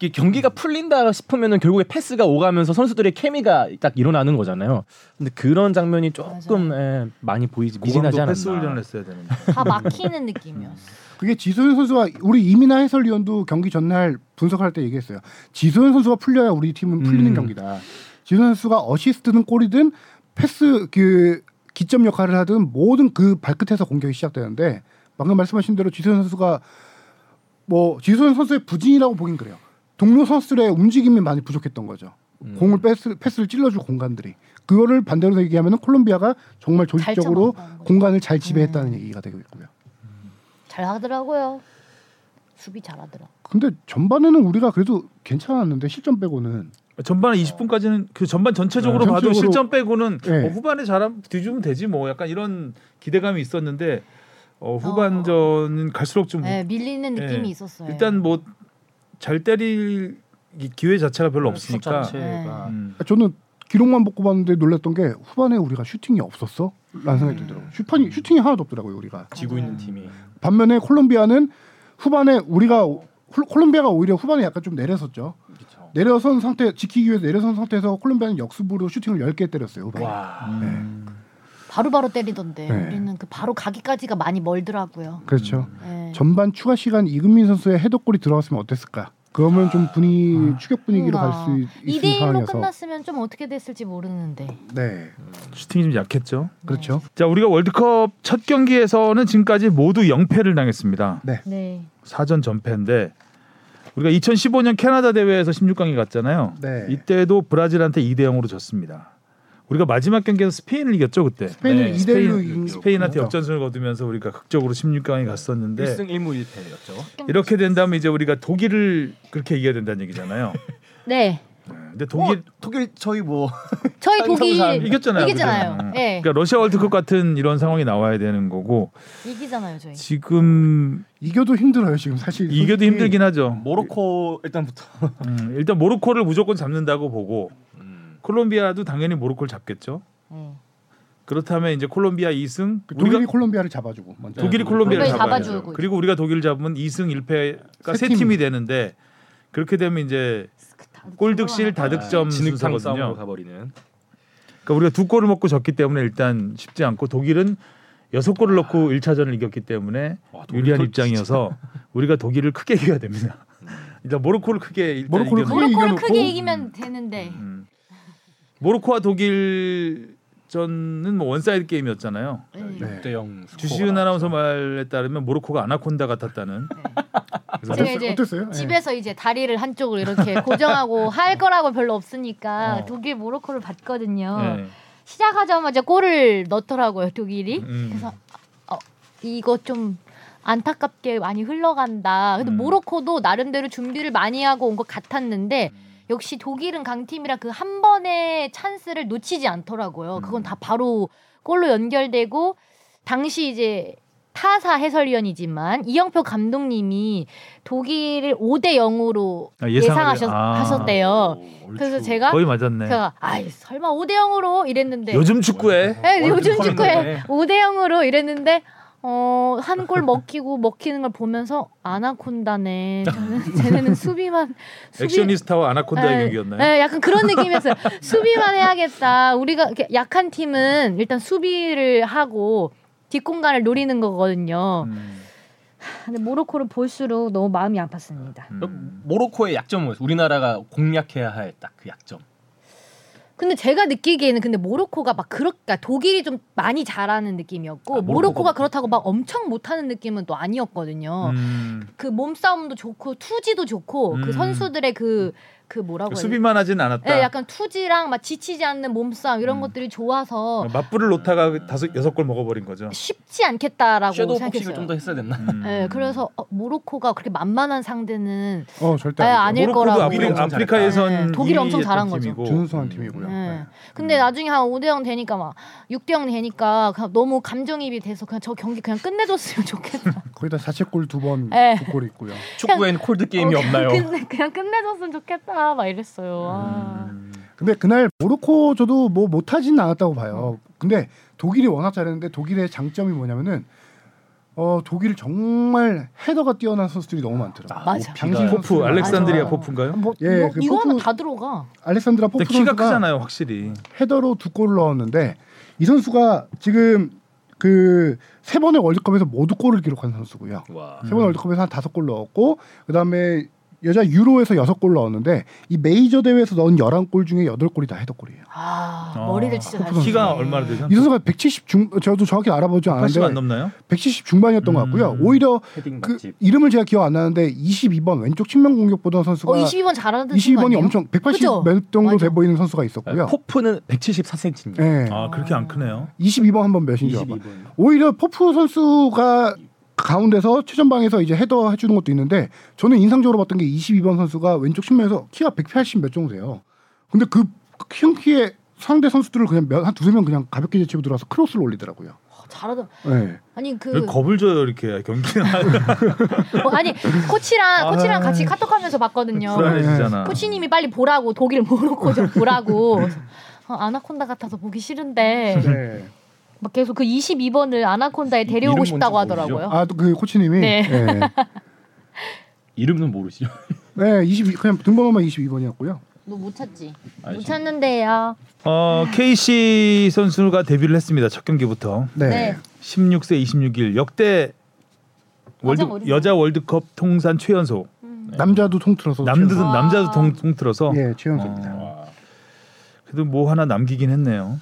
이게 경기가 풀린다 싶으면은 결국에 패스가 오가면서 선수들의 케미가 딱 일어나는 거잖아요. 근데 그런 장면이 조금 예, 많이 보이지 미진하지
고강도
않았나.
패스 훈련을 했어야 되는데.
다 막히는 느낌이었어.
그게 지소연 선수와 우리 이민아 해설위원도 경기 전날 분석할 때 얘기했어요. 지소연 선수가 풀려야 우리 팀은 풀리는
음.
경기다. 지소연 선수가 어시스트든 골이든 패스 그 기점 역할을 하든 모든 그 발끝에서 공격이 시작되는데 방금 말씀하신 대로 지소연 선수가 뭐 지소연 선수의 부진이라고 보긴 그래요. 동료 선수들의 움직임이 많이 부족했던 거죠. 공을 패스, 패스를 찔러줄 공간들이 그거를 반대로 얘기하면 콜롬비아가 정말 조직적으로
잘 잡아간다는 거죠. 음.
공간을 잘 지배했다는 얘기가 되고 있고요.
음.
잘하더라고요. 수비 잘하더라.
근데 전반에는 우리가 그래도 괜찮았는데 실점 빼고는
전반 20분까지는 그 전반
아,
전체적으로
네,
봐도
전체적으로-
실점 빼고는
예.
네.
어, 후반에 잘하면 뒤주면 되지 뭐 약간 이런 기대감이 있었는데 어, 후반전은 갈수록 좀
네, 밀리는 느낌이
음. 예.
있었어요.
일단 뭐 잘 때릴 이 기회 자체가
네,
별로 없으니까
자체가
음.
저는 기록만 보고 봤는데 놀랐던 게 후반에 우리가 슈팅이 없었어? 라는 생각이 들더라고요. 슈판이, 슈팅이 하나도 없더라고요, 우리가.
지고 있는 팀이
반면에 콜롬비아는 후반에 우리가 콜- 콜롬비아가 오히려 후반에 약간 좀 내려섰죠.
그렇죠.
내려선 상태 지키기 위해서 내려선 상태에서 콜롬비아는 역습으로 슈팅을 10개 때렸어요.
네.
후반에.
와
음.
바로바로 때리던데
네.
우리는 그 바로 가기까지가 많이 멀더라고요.
그렇죠.
예.
전반 추가 시간 이금민 선수의 헤더골이 들어갔으면 어땠을까? 그러면 좀 분위 추격 분위기로 갈 수
이
있는
대 일로
상황이어서.
끝났으면 좀 어떻게 됐을지 모르는데.
네.
슈팅이 좀 약했죠.
그렇죠.
자 우리가 월드컵 첫 경기에서는 지금까지 모두 0패를 당했습니다.
네.
사전 전패인데 우리가 2015년 캐나다 대회에서 16강에 갔잖아요.
네.
이때도 브라질한테 2대 0으로 졌습니다. 우리가 마지막 경기에서 스페인을 이겼죠 그때. 네.
스페인을
네,
2대 1로 그렇죠.
스페인-
이긴
스페인한테
거죠.
역전승을 거두면서 우리가 극적으로 16강에 갔었는데
1승 1무 1패였죠.
이렇게 된다면 이제 우리가 독일을 그렇게 이겨야 된다는 얘기잖아요.
네.
근데 독일
독일 저희 뭐
저희 독일
삼삼삼.
이겼잖아요.
네. 이기잖아요.
그죠?
예.
그러니까 러시아 월드컵 같은 이런 상황이 나와야 되는 거고
이기잖아요, 저희.
지금
이겨도 힘들어요 지금 사실
이겨도
솔직히.
힘들긴 하죠.
모로코 일단부터
네. 음, 일단 모로코를 무조건 잡는다고 보고
음.
콜롬비아도 당연히 모로코를 잡겠죠.
예.
그렇다면 이제 콜롬비아 2승
그 독일이
우리가
콜롬비아를 잡아주고 먼저
네. 독일이 콜롬비아를
콜롬비아
잡아야
잡아주고
돼요. 그리고 우리가 독일 잡으면 2승 1패가
세
세
팀이.
팀이 되는데 그렇게 되면 이제 골득실 다득점
진흙탕
순서거든요.
싸움으로 가버리는
그러니까 우리가 두 골을 먹고 졌기 때문에 일단 쉽지 않고 독일은 여섯 골을 넣고 1차전을 이겼기 때문에
와, 독일
유리한
골
입장이어서 우리가 독일을 크게 이겨야 됩니다. 일단 모로코를 크게 일단
음. 모로코를
이겨놓고.
크게
모로코를
이겨놓고.
크게 이기면 되는데.
음. 모로코와 독일 전은 뭐 원사이드 게임이었잖아요.
예.
네.
6대 0
주시은 아나운서 말에 따르면 모로코가 아나콘다 같았다는.
제가
그래서
어땠어요?
이제
예.
어땠어요? 예.
집에서 이제 다리를 한쪽으로 이렇게 고정하고 할 거라고 별로 없으니까
어.
독일 모로코를 봤거든요.
네.
시작하자마자 골을 넣더라고요 독일이.
음.
그래서 어, 이거 좀 안타깝게 많이 흘러간다. 근데
음.
모로코도 나름대로 준비를 많이 하고 온 것 같았는데 역시 독일은 강팀이라 그 한 번의 찬스를 놓치지 않더라고요. 그건
음.
다 바로 골로 연결되고 당시 이제 타사 해설위원이지만 이영표 감독님이 독일을 5대 0으로
아, 예상을- 아. 그렇죠.
예상하셨대요. 어,
어,
그래서 네. 제가
거의 맞았네.
제가 아 설마 5대 0으로 이랬는데
요즘 축구에
예, 요즘
완전
축구에
뻔했네.
5대 0으로 이랬는데 어, 한 골 먹히고 먹히는 걸 보면서 아나콘다네. 저는 쟤네는 수비만 수비-
액션이스타와 아나콘다의
예,
경기였나요?
예, 약간 그런 느낌이었어요. 수비만 해야겠다. 우리가 이렇게 약한 팀은 일단 수비를 하고 뒷공간을 노리는 거거든요.
음.
근데 모로코를 볼수록 너무 마음이 아팠습니다.
어,
음.
모로코의 약점은 뭐였어요? 우리나라가 공략해야 할 딱 그 약점.
근데 제가 느끼기에는 근데 모로코가 막 그렇게 그러니까 독일이 좀 많이 잘하는 느낌이었고
아, 모로코가
모로코가
못-
그렇다고 막 엄청 못하는 느낌은 또 아니었거든요.
음.
그 몸싸움도 좋고 투지도 좋고
음.
그 선수들의 그 그 뭐라고 해야 되지?
수비만 아. 하진 않았다.
예, 약간 투지랑 막 지치지 않는 몸싸움 이런 것들이 좋아서
맞불을 놓다가 다섯 여섯 골 먹어버린 거죠.
쉽지 않겠다라고
섀도우 복싱을
생각했어요.
좀 더 했어야 됐나?
음.
예, 그래서 어, 모로코가 그렇게 만만한 상대는
어 절대
예,
아니죠.
아닐
모로코도
거라고.
아프리,
독일이 엄청
아프리카에선
잘했다. 네, 독일이
이미
엄청
했던
잘한 거죠.
팀이고.
준수한 팀이고요.
예.
네.
근데 나중에 한 5대0 되니까 막 6대0 되니까 그냥 너무 감정이입이 돼서 그냥 저 경기 그냥 끝내줬으면 좋겠다.
예. 거기다 자책골 두번
네.
골이 있고요.
축구엔 콜드 게임이
어,
없나요?
근데 그냥 끝내줬으면 좋겠다 막
음.
이랬어요. 아.
근데 그날 모로코 저도 뭐 못하진 않았다고 봐요. 근데 독일이 워낙 잘했는데 독일의 장점이 뭐냐면은 어 독일 정말 헤더가 뛰어난 선수들이 너무 많더라.
뭐
맞아.
당신
포프 알렉산드리아
맞아.
포프인가요?
뭐,
예,
뭐
그
이거 하면
포크-
다 들어가.
알렉산드라 포프
근데 키가
선수가
크잖아요, 확실히.
헤더로 두 골을 넣었는데 이 선수가 지금 그 세 번의 월드컵에서 모두 골을 기록한 선수고요.
와.
음.
세 번 월드컵에서 한 다섯 골 넣었고 그다음에 여자 유로에서 여섯 골 넣었는데 이 메이저 대회에서 넣은 열한 골 중에 여덟 골이 다 헤더골이에요.
아,
아,
머리를 진짜 잘
키가
쓰네.
얼마나 되죠?
이 선수가 170 중, 저도 정확히 알아보지
80 안
않았는데
넘나요?
170 중반이었던 것 같고요.
음.
오히려
헤딩
그
맛집.
이름을 제가 기억 안 나는데 22번 왼쪽 측면 공격 보던 선수가
어, 22번 잘하는
22번이 엄청
그죠?
180몇 정도
맞아.
돼 보이는 선수가
네,
있었고요.
포프는 174cm.
예.
아 그렇게 안 크네요.
22번 한 번 몇인 줄 알아. 오히려 포프 선수가 가운데서 최전방에서 이제 헤더 해주는 것도 있는데 저는 인상적으로 봤던 게 22번 선수가 왼쪽 측면에서 키가 180 몇 정도 돼요. 근데 그큰 키에 상대 선수들을 그냥 몇, 한 두세 명 그냥 가볍게 제치고 들어와서 크로스를 올리더라고요.
어, 잘하던.
네.
예.
아니 그
왜 겁을 줘요 이렇게 경기
어, 아니 코치랑 코치랑
아,
같이 카톡하면서 봤거든요.
불안해지잖아.
코치님이 빨리 보라고 독일 모로코 좀 보라고. 그래서, 어, 아나콘다 같아서 보기 싫은데
네.
막 계속 그 22번을 아나콘다에 데려오고
이름
싶다고
뭔지
하더라고요.
아, 그 코치님이
네.
예.
이름은 모르시죠?
네, 22 그냥 등번호만 22번이었고요.
너 못 찾지? 못
알지.
찾는데요.
어 KC 선수가 데뷔를 했습니다. 첫 경기부터
네.
네.
16세 26일 역대 월드
어린 거.
여자 월드컵 통산 최연소
남자도 통틀어서
남들은
와.
남자도 통, 통틀어서
최연소. 예, 최연소입니다.
어. 그래도 뭐 하나 남기긴 했네요.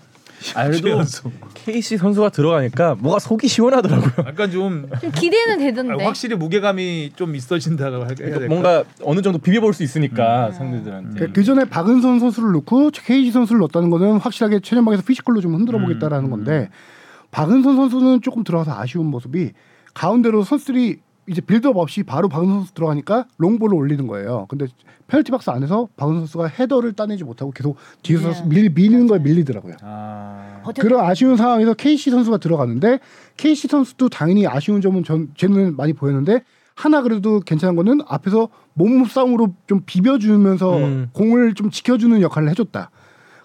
아, 그래도
최연소.
KC 선수가 들어가니까 뭐가 속이 시원하더라고요.
약간 좀
좀 기대는 되던데.
아, 확실히 무게감이 좀 있어진다고 해야 될까?
뭔가 어느 정도 비벼볼 수
음.
있으니까 상대들한테.
그 전에 박은선 선수를 넣고 케이지 선수를 넣었다는 거는 확실하게 최전방에서 피지컬로 좀 흔들어 보겠다라는 건데 박은선 선수는 조금 들어가서 아쉬운 모습이 가운데로 선수들이 이제 빌드업 없이 바로 박은선 선수 들어가니까 롱볼을 올리는 거예요. 근데 페널티 박스 안에서 박은선 선수가 헤더를 따내지 못하고 계속 뒤에서
네.
밀, 밀리는 거에 밀리더라고요.
아
버텨-
그런 아쉬운 상황에서 KC 선수가 들어갔는데 KC 선수도 당연히 아쉬운 점은 전, 제 눈엔 많이 보였는데 하나 그래도 괜찮은 거는 앞에서 몸싸움으로 좀 비벼주면서
음.
공을 좀 지켜주는 역할을 해줬다.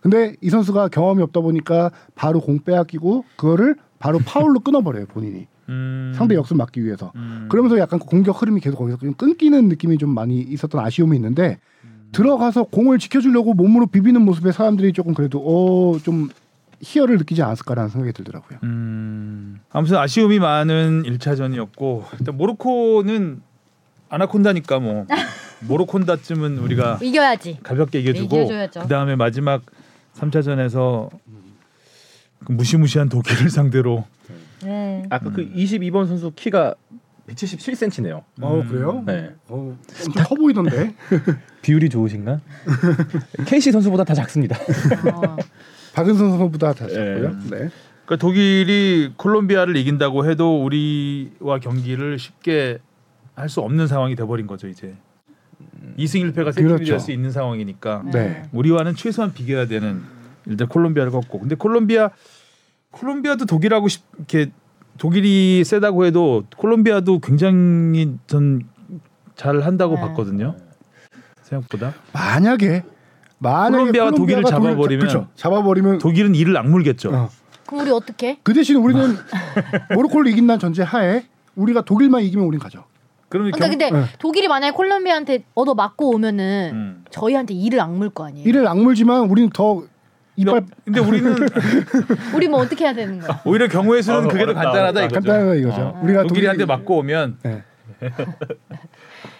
근데 이 선수가 경험이 없다 보니까 바로 공 빼앗기고 그거를 바로 파울로 끊어버려요 본인이
음.
상대 역습 막기 위해서.
음.
그러면서 약간 공격 흐름이 계속 거기서 좀 끊기는 느낌이 좀 많이 있었던 아쉬움이 있는데
음.
들어가서 공을 지켜주려고 몸으로 비비는 모습에 사람들이 조금 그래도 어좀 희열을 느끼지 않았을까라는 생각이 들더라고요.
음, 아무튼 아쉬움이 많은 1차전이었고 일단 모로코는 아나콘다니까 뭐 모로콘다쯤은 우리가
이겨야지.
가볍게 이겨주고
이겨줘야죠.
그 다음에 마지막 3차전에서 그 무시무시한 독일을 상대로
네.
아까 그 22번 선수 키가 177cm네요.
어 그래요?
네.
어, 엄청 커 보이던데.
비율이 좋으신가? KC 선수보다 다 작습니다.
어.
박은선 선수보다 더 작고요. 네.
그러니까 독일이 콜롬비아를 이긴다고 해도 우리와 경기를 쉽게 할 수 없는 상황이 돼버린 거죠 이제 2승 1패가 세 팀이
그렇죠.
될 수 있는 상황이니까
네.
우리와는 최소한 비교해야 되는 일단 콜롬비아를 꺾고 근데 콜롬비아 콜롬비아도 독일하고 쉽, 이렇게 독일이 세다고 해도 콜롬비아도 굉장히 전 잘 한다고
네.
봤거든요 생각보다
만약에 만약에
콜롬비아가 독일을 잡아버리면-
그쵸, 잡아버리면
독일은 이를 악물겠죠
어.
그럼 우리 어떻게?
그 대신 우리는 모로코를 이긴다는 전제 하에 우리가 독일만 이기면 우린 가죠.
그러면
그러니까 근데
네.
독일이 만약에 콜롬비아한테 얻어 맞고 오면은
음.
저희한테 이를 악물 거 아니에요.
이를 악물지만 우리는 더 이빨
근데 우리는
우리 뭐 어떻게 해야 되는 거야?
오히려 경우의 수는
아,
그게 더
어렵다,
간단하다
어렵다.
이거죠
간단하다 이거죠.
어.
우리가
독일이 한 대
독일-
맞고 오면
네.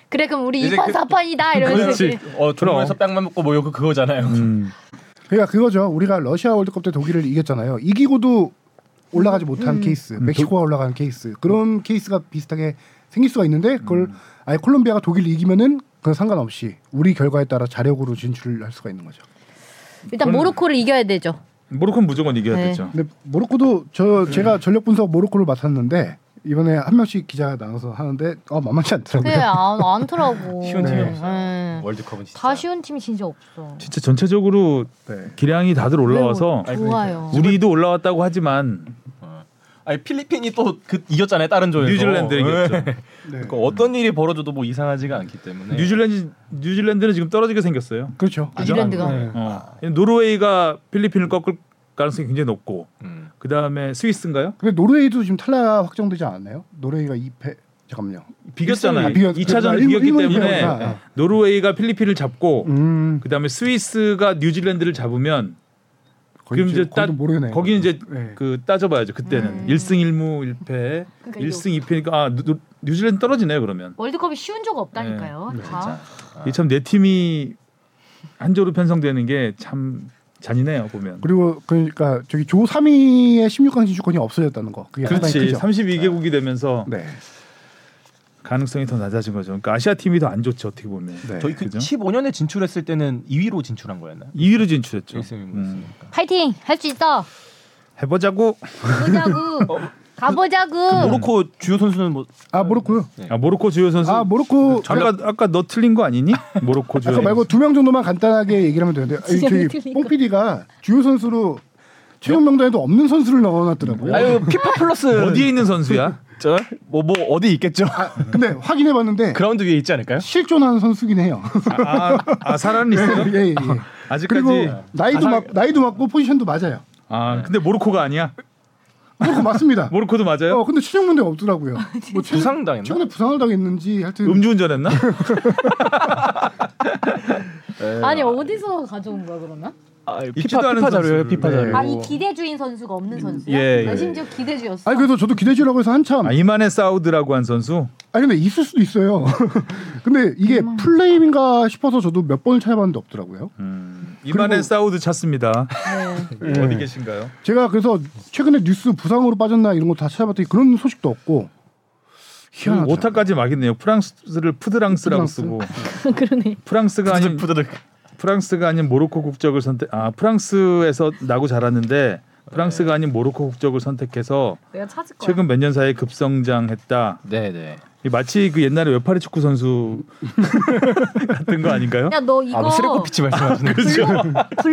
그래 그럼 우리
이제
2판
그-
사 4판이다 이러면서
그렇지.
이렇게.
어, 졸업해서
그럼. 음.
빵만 먹고 뭐 요거 그거잖아요.
그러니까 그거죠. 우리가 러시아 월드컵 때 독일을 이겼잖아요. 이기고도 올라가지 못한 케이스,
음,
멕시코가
음.
올라간 케이스 그런 케이스가 비슷하게 생길 수가 있는데 그걸 아예 콜롬비아가 독일 이기면은 그건 상관없이 우리 결과에 따라 자력으로 진출할 수가 있는 거죠.
일단 모로코를 이겨야 되죠.
모로코는 무조건 이겨야
네.
되죠.
근데 모로코도
네.
저 제가 전력 분석 모로코를 맡았는데 이번에 한 명씩 기자 나눠서 하는데 어 만만치
그래
않더라고요.
안, 안더라고.
쉬운 팀이
네.
없어요.
네.
월드컵은 진짜.
다 쉬운 팀이 진짜 없어.
진짜 전체적으로
네.
기량이 다들 올라와서 그러니까
네, 좋아요.
우리도 올라왔다고 하지만
아니 필리핀이 또 그 이겼잖아요. 다른 조에서.
뉴질랜드 이겼죠.
네.
그러니까 어떤 일이 벌어져도 뭐 이상하지가 않기 때문에.
뉴질랜드 뉴질랜드는 지금 떨어지게 생겼어요.
그렇죠.
뉴질랜드가
네.
어. 노르웨이가 필리핀을 꺾을 가능성이 굉장히 높고
음.
그 다음에 스위스인가요?
근데 노르웨이도 지금 탈락 확정되지 않았나요? 노르웨이가 2패 잠깐만요.
비겼잖아요.
아, 비겼-
2차전을
일-
비겼기
일본이
때문에
비겼구나.
노르웨이가 필리핀을 잡고
그, 음.
그 다음에 스위스가 뉴질랜드를 잡으면
거의
그럼
지금
이제 따-
거기도 모르겠네.
거기는 이제
네.
그 따져봐야죠. 그때는 일 1승 1무 1패,
네. 그러니까
일 1승 2패니까 아 누- 뉴질랜드 떨어지네요 그러면.
월드컵이 쉬운 적 없다니까요. 다.
아.
이 참 내 팀이 한조로 편성되는 게 참 잔인해요 보면.
그리고 그러니까 저기 조 3위의 16강 진출권이 없어졌다는 거. 그러니까 그게 상당히
그렇지.
크죠.
32개국이 되면서
네.
가능성이 더 낮아진 거죠. 그러니까 아시아 팀이 더 안 좋죠 어떻게 보면.
네.
저희 그
그죠?
15년에 진출했을 때는 2위로 진출한 거였나요?
2위로 진출했죠.
1승이
음.
뭐였으니까.
파이팅 할 수 있어.
해보자고.
가보자고.
음.
가보자고.
모로코 주요 선수는 뭐
아 모로코요.
아 모로코 주요 선수.
아 모로코
아까 아까 너 틀린 거 아니니? 모로코 주요.
아까 말고 두 명 정도만 간단하게 얘기를 하면 되는데 아니, 저기 뽕 PD가 주요 선수로 최종 명단에도 없는 선수를
네.
넣어놨더라고요.
음. 아유 피파 플러스
어디에 있는 선수야?
저뭐뭐 어디 있겠죠?
아, 근데 확인해봤는데
그라운드 위에 있지
아,
않을까요?
실존하는 선수긴 해요.
아, 아 살아는 있어요.
예, 예, 예.
아직까지.
그리고 나이도 맞 나이도 맞고 포지션도 맞아요.
아 근데 모로코가 아니야.
모로코 맞습니다.
모로코도 맞아요.
어 근데 최종 명단에 없더라고요. 뭐 최-
부상 당했나?
최근에 부상을 당했는지 하여튼
음주운전했나?
아니 어디서 가져온 거야 그러면?
아,
있지도
피파
않은
피파 자료예요.
선수를.
피파
네.
자료.
아 이 기대주인 선수가 없는 선수야?
예,
나
예.
심지어 기대주였어.
아니 그래서 저도 기대주라고 해서 한참
아 이만의 사우드라고 한 선수.
아니 근데 있을 수도 있어요. 근데 이게 플레임인가 싶어서 저도 몇 번을 찾아봤는데 없더라고요.
음, 이만의
그리고-
사우드 찾습니다. 음.
네.
어디 계신가요?
제가 그래서 최근에 뉴스 부상으로 빠졌나 이런 거 다 찾아봤더니 그런 소식도 없고 희한하다.
음, 오타까지 막 있네요. 프랑스를 푸드랑스라고
푸드랑스?
쓰고
그러네.
프랑스가 아닌 프랑스가 아닌 모로코 국적을 선택. 아 프랑스에서 나고 자랐는데 프랑스가 아닌 모로코 국적을 선택해서
내가 찾을 거야.
최근 몇 년 사이에 급성장했다.
네, 네.
이 마치 그 옛날에 외파리 축구 선수 같은 거 아닌가요?
야 너 이거
아, 쓰레기피치 말씀하시는 거죠?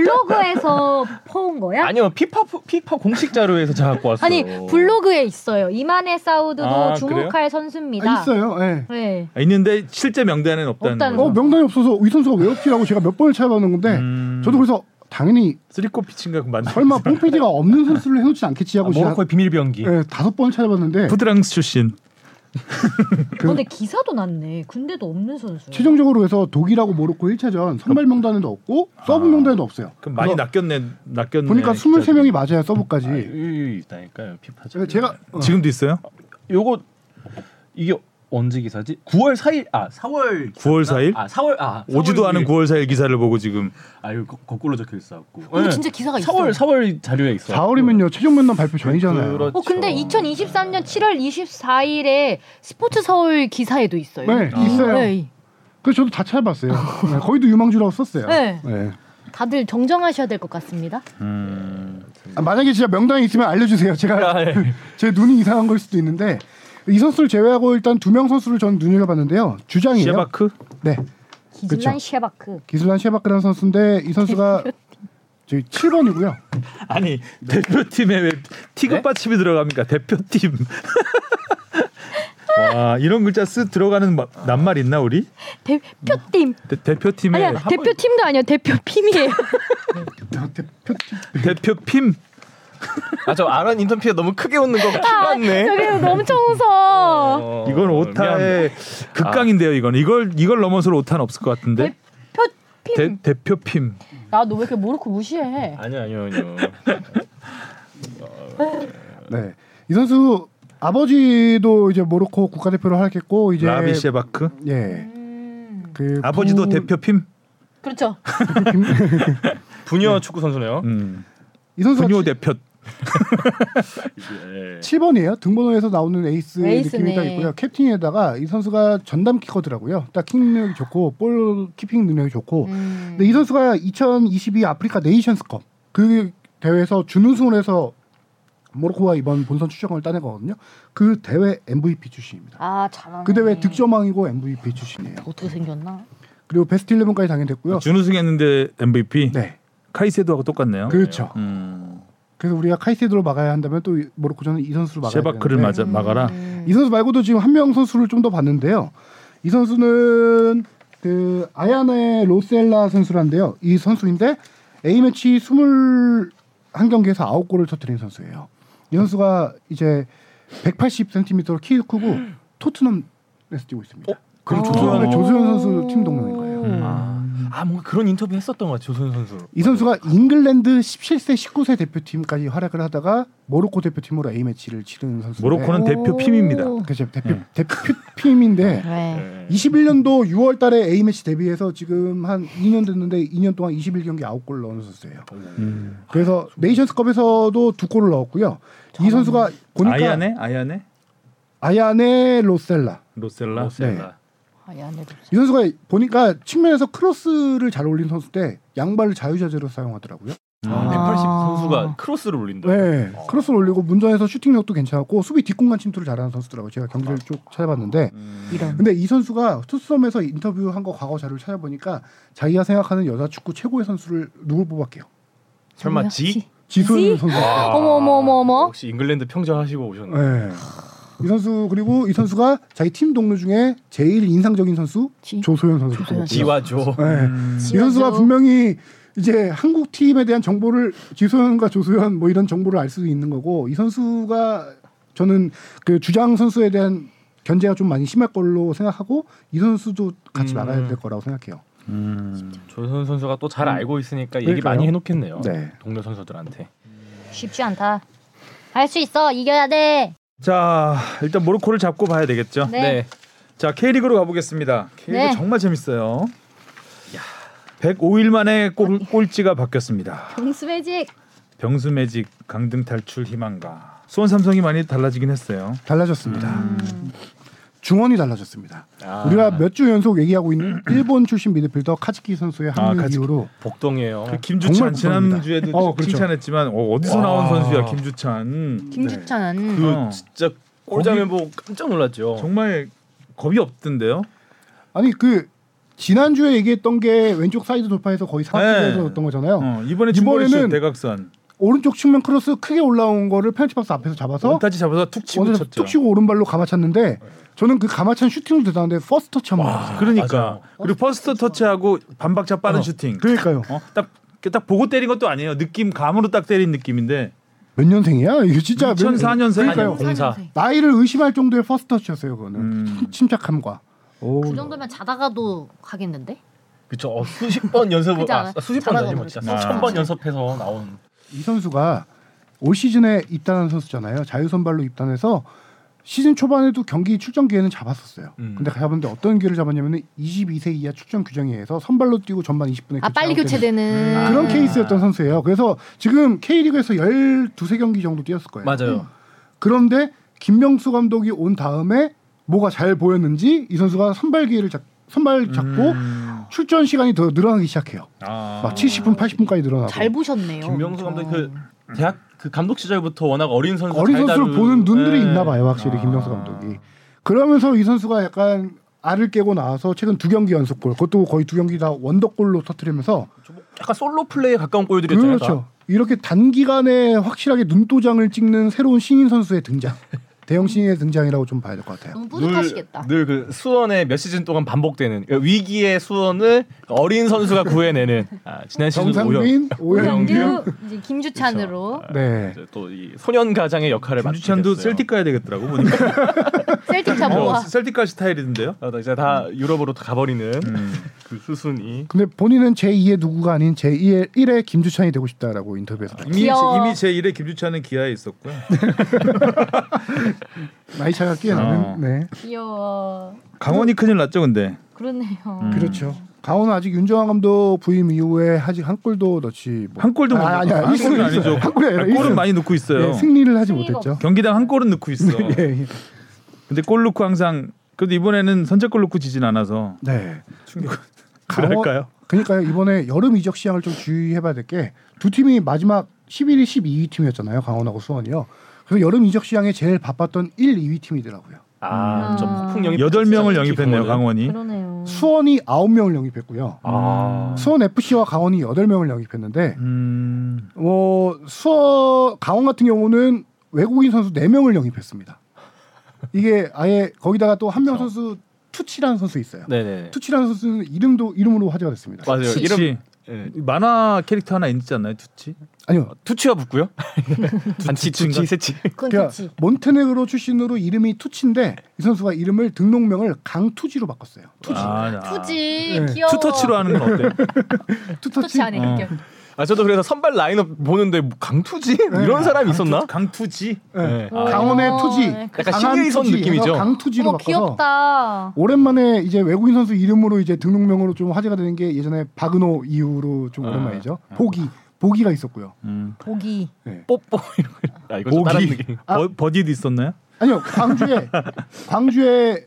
블로그에서 퍼온 거야?
아니요. 피파 피파 공식 자료에서 제가 갖고 왔어요.
아니 블로그에 있어요. 이만의 사우드도
아,
주목할 선수입니다.
아, 있어요. 예.
네.
아, 있는데 실제 명단에는 없다는
없다는
거죠.
어 명단이 없어서 이 선수가 왜 없지라고 제가 몇 번을 찾아봤는 건데
음.
저도 그래서 당연히
쓰리코 피친가 그 맞나?
설마 뽕피디가 없는 선수를 해놓지 않겠지
아,
하고 제가
모로코의 비밀 병기.
예, 다섯 번을 찾아봤는데
푸드랑스 출신.
어, 근데 기사도 났네. 군대도 없는 선수.
그 최종적으로 해서 독일하고 모로코 1차전 선발 명단에도 없고 서브 명단에도 없어요.
그- 아. 그럼 많이
그래서
낚였네. 낚였네.
보니까
진짜.
23명이 맞아야 서브까지.
이 있다니까요. 피파 자료.
제가 어,
지금도 있어요?
요거 이게 언제 기사지? 9월 4일 아 4월
9월 4일?
아 4월 아 4월
오지도 않은 9월 4일 기사를 보고 지금
아유 거, 거꾸로 적혀 있어갖고
근데 진짜 기사가 있어.
4월 4월 자료에
네.
있어
그
4월이면요 최종 면담 발표 전이잖아요.
어 근데
그렇죠.
2023년 7월 24일에 스포츠 서울 기사에도 있어요.
네, 있어요.
네.
그래서 저도 다 찾아봤어요. 네, 거의도 유망주라고 썼어요.
네.
네.
다들 정정하셔야 될 것 같습니다.
아, 만약에 진짜 명단이 있으면 알려주세요.
아,
제가
네.
제 눈이 이상한 걸 수도 있는데 이 선수를 제외하고 일단 두 명 선수를 전 눈여겨봤는데요. 주장이에요.
셰바크?
네,
기질란 셰바크.
기술란 셰바크라는 선수인데 이 선수가 저기 7번이고요.
아니 대표팀에 왜
네?
티급 받침이 들어갑니까? 대표팀. 와 이런 글자 쓰 들어가는 마- 낱말 있나 우리?
음.
대표팀.
대,
네,
대표팀에
아니야 대표팀도 아니야 대표팀이에요.
대표팀
아저 아란 인턴피가 너무 크게 웃는 거
저
같네
기 엄청 웃어.
이건 오타의 극강인데요. 이건 이걸 이걸 넘어서 오타는 없을 것 같은데.
대표팀.
대, 대표팀.
나 너 왜 이렇게 모르고 무시해?
아니요 아니요 아니요
네, 이 선수 아버지도 이제 모로코 국가대표로 활약했고 이제
라비 셰바크.
예, 그
아버지도
부-
대표팀.
음. 그렇죠.
부녀 축구 선수네요
음.
이 선수가
분요
치-
대표.
이게,
7번이에요. 등번호에서 나오는 에이스
네. 에이스네.
느낌이 딱 있고요. 캡틴에다가 이 선수가 전담 키커더라고요. 딱 킹 능력이 좋고 볼 키핑 능력이 좋고.
음.
근데 이 선수가 2022 아프리카 네이션스컵 그 대회에서 준우승을 해서 모로코가 이번 본선 출전을 따낸 거거든요. 그 대회 MVP 출신입니다.
아 잘하네.
그 대회 득점왕이고 MVP 출신이에요.
어떻게 생겼나?
그리고 베스트 11까지 당연됐고요.
아, 준우승했는데 MVP
네,
카이세도하고 똑같네요.
그렇죠.
음,
그래서 우리가 카이세드로 막아야 한다면 또 모로코전은 이 선수를 막아야
셰바크를
되는데
맞아 막아라.
음.
이 선수 말고도 지금 한 명 선수를 좀 더 봤는데요. 이 선수는 그 아야네 로셀라 선수란데요. 이 선수인데 A 매치 21경기에서 9골을 터뜨린 선수예요. 이 선수가 이제 180cm로 키 크고 토트넘에서 뛰고
어?
있습니다.
아.
그럼
조소연의
조소연
조소연 선수 팀 동료인 거예요.
아 뭔가 그런 인터뷰 했었던 것 같아 조소연 선수.
이 선수가 잉글랜드 17세, 19세 대표팀까지 활약을 하다가 모로코 대표팀으로 A 매치를 치르는 선수.
모로코는 네. 대표 팀입니다.
그죠 대표 대표팀인데
네.
21년도 6월 달에 A매치 데뷔해서 지금 한 2년 됐는데 2년 동안 21경기 9골 넣은 선수예요.
음. 아,
그래서 네이션스컵에서도 두 골을 넣었고요. 이 선수가 보니까
아야네, 아야네,
아야네 로셀라.
로셀라. 네.
아야네도.
이 선수가 보니까 측면에서 크로스를 잘 올린 선수인데 양발을 자유자재로 사용하더라고요.
아, 180 선수가 크로스를 올린다.
네.
아.
크로스를 올리고 문전에서 슈팅력도 괜찮았고 수비 뒷공간 침투를 잘하는 선수더라고요. 제가 경기를 쭉 찾아봤는데
음.
음.
이런.
근데 이 선수가 투썸에서 인터뷰한 거 과거 자료를 찾아보니까 자기가 생각하는 여자 축구 최고의 선수를 누굴 뽑았게요?
설마 지?
지소연 선수.
어머 어머 어머 어머.
아. 역시 잉글랜드 평정하시고 오셨네.
네. 이 선수 그리고 이 선수가 자기 팀 동료 중에 제일 인상적인 선수
지.
조소연 선수. 를
지와 조.
이 선수가 분명히 이제 한국 팀에 대한 정보를 지소연과 조소연 뭐 이런 정보를 알 수 있는 거고 이 선수가 저는 그 주장 선수에 대한 견제가 좀 많이 심할 걸로 생각하고 이 선수도 같이
음.
막아야 될 거라고 생각해요.
음.
조선 선수가 또 잘 알고 있으니까 얘기
그러니까요.
많이 해놓겠네요.
네.
동료 선수들한테.
쉽지 않다. 할 수 있어. 이겨야 돼.
자 일단 모로코를 잡고 봐야 되겠죠.
네.
자 K리그로 가보겠습니다. K리그
네.
정말 재밌어요. 105일 만에 꼴, 꼴찌가 바뀌었습니다.
병수 매직.
병수 매직 강등 탈출 희망가. 수원 삼성이 많이 달라지긴 했어요.
달라졌습니다. 중원이 달라졌습니다.
아,
우리가 몇 주 연속 얘기하고 있는 일본 출신 미드필더 카즈키 선수의
아,
합류
카즈키.
이후로
복동이에요.
그 김주찬
어, 정말 부끄럽습니다.
지난주에도
어, 그렇죠.
칭찬했지만 어, 어디서 나온
와.
선수야 김주찬.
김주찬.
그
어.
진짜 골자면 보고 깜짝
어.
놀랐죠.
정말 겁이 없던데요.
아니 그 지난주에 얘기했던 게 왼쪽 사이드 돌파에서 거의 사각지대에서
네.
넣었던 거잖아요.
어, 이번에
이번에는
중거리슛 대각선
오른쪽 측면 크로스 크게 올라온 거를 페널티 박스 앞에서 잡아서
원까지 잡아서 툭 치고
원에서
쳤죠.
툭 치고 오른발로 감아찼는데 저는 그 감아찬 슈팅을 대단한데 퍼스트 터치 한번 아, 봤어요.
그러니까 그리고 퍼스트 터치하고 반박자 빠른 슈팅.
그러니까요.
어, 딱, 딱 보고 때린 것도 아니에요. 느낌 감으로 딱 때린 느낌인데
몇 년생이야? 이거 진짜 몇-
2004년생
그러니까요.
아니에요?
공사.
나이를 의심할 정도의 퍼스트 터치였어요. 그거는
음.
침착함과
그 정도면 자다가도 가겠는데?
그쵸. 어, 수십 번 연습,
그지
아,
않아요?
수십 번
잘하고
아니고 진짜
그러지.
수천 번 연습해서 나온.
이 선수가 올 시즌에 입단한 선수잖아요. 자유선발로 입단해서 시즌 초반에도 경기 출전 기회는 잡았었어요.
음.
근데 잡았는데 어떤 기회를 잡았냐면은 22세 이하 출전 규정에 의해서 선발로 뛰고 전반 20분에
아 빨리 아. 교체되는.
음. 그런 케이스였던 선수예요. 그래서 지금 K리그에서 12세 경기 정도 뛰었을 거예요.
맞아요.
그런데 김명수 감독이 온 다음에 뭐가 잘 보였는지 이 선수가 선발 기회를 잡, 선발 잡고
음.
출전 시간이 더 늘어나기 시작해요.
아.
막 70분, 80분까지 늘어나고.
잘 보셨네요.
김명수 감독 그
어.
대학 그 감독 시절부터 워낙 어린 선수
어린
잘
선수를
다루는-
보는 눈들이
네.
있나 봐요, 확실히 김명수 감독이. 그러면서 이 선수가 약간 알을 깨고 나와서 최근 두 경기 연속골, 그것도 거의 두 경기 다 원더골로 터뜨리면서
약간 솔로 플레이에 가까운 골들이었잖아요.
그렇죠. 이렇게 단기간에 확실하게 눈도장을 찍는 새로운 신인 선수의 등장, 대형 신인의 등장이라고 좀 봐야 될 것 같아요.
너무 뿌듯하시겠다.
늘그 수원의 몇 시즌 동안 반복되는 그 위기의 수원을 어린 선수가 구해내는 아, 지난 시즌 오영
정상민, 네. 오영규,
오영규 이제 김주찬으로
아,
네.
또이 소년 가장의 역할을 맡게
김주찬도
됐어요.
셀틱 가야 되겠더라고 보니까
셀틱 잡보
어,
음.
와
셀틱 갈 스타일인데요.
아, 나 이제 다
음.
유럽으로 다 가버리는 그 수순이
근데 본인은 제2의 누구가 아닌 제2의 1의 김주찬이 되고 싶다라고 인터뷰에서
이미
귀여워.
이미 제 1의 김주찬은 기아에 있었고요.
나이
아.
차가 꽤
어.
나는 네.
귀여워.
강원이 큰일 났죠, 근데.
음.
그렇네요.
그렇죠. 강원은 아직 윤정환 감독 부임 이후에 아직 한 골도 넣지 못-
한 골도 못
아,
넣고
아니, 아니,
한
있어요,
골은
있어요.
아니죠.
한 골이 아니라
아, 골은
있어요.
많이 넣고 있어요.
네, 승리를 하지
승리가
못했죠.
경기당 한 골은 넣고 있어.
예, 예.
근데 골 넣고 항상 그래도 이번에는 선제골 넣고 지진 않아서
네. 강원-
그럴까요?
그러니까요 이번에 여름 이적 시장을 좀 주의해봐야 될 게 두 팀이 마지막 11위, 12위 팀이었잖아요 강원하고 수원이요. 그래서 여름 이적 시장에 제일 바빴던 1, 2위 팀이더라고요.
음.
아, 좀 폭풍
예.
영입.
여덟 명을
진짜
영입했네요
기본은.
강원이.
그러네요.
수원이 9명을 영입했고요.
아.
수원 FC와 강원이 8명을 영입했는데
음,
뭐 수원 강원 같은 경우는 외국인 선수 4명을 영입했습니다. 이게 아예 거기다가 또 한 명
그렇죠.
선수 투치라는 선수 있어요.
네네.
투치라는 선수는 이름도 이름으로 화제가 됐습니다.
맞아요.
투치.
이름
투치
예.
만화 캐릭터 하나 있지 않나요 투치?
아니요.
어,
투치와 붙고요. 안치
투치인가?
투치 세치.
그건
그러니까
좋지.
몬테네그로 출신으로 이름이 투치인데 이 선수가 이름을 등록명을 강투지로 바꿨어요. 투지.
아, 나-
투지
네.
귀여워.
투터치로 하는 건 어때?
투터치.
네. 투치 안에
어.
어.
아 저도 그래서 선발 라인업 보는데 뭐 강투지 이런 사람이 있었나?
네. 아, 강투지?
네.
어.
아,
강원의 투지.
약간
강한
그러니까 신의선
투지.
느낌이죠?
그래서 강투지로
어. 네, 어머
바꿔서
귀엽다.
오랜만에 이제 외국인 선수 이름으로 이제 등록명으로 좀 화제가 되는 게 예전에 박은호 이후로
아,
좀 오랜만이죠. 보기. 보기가 있었고요.
음.
보기.
뽀뽀 이런 거. 아 이거 좀 다른 느낌.
버, 버디도 있었나요?
아니요. 광주에 광주에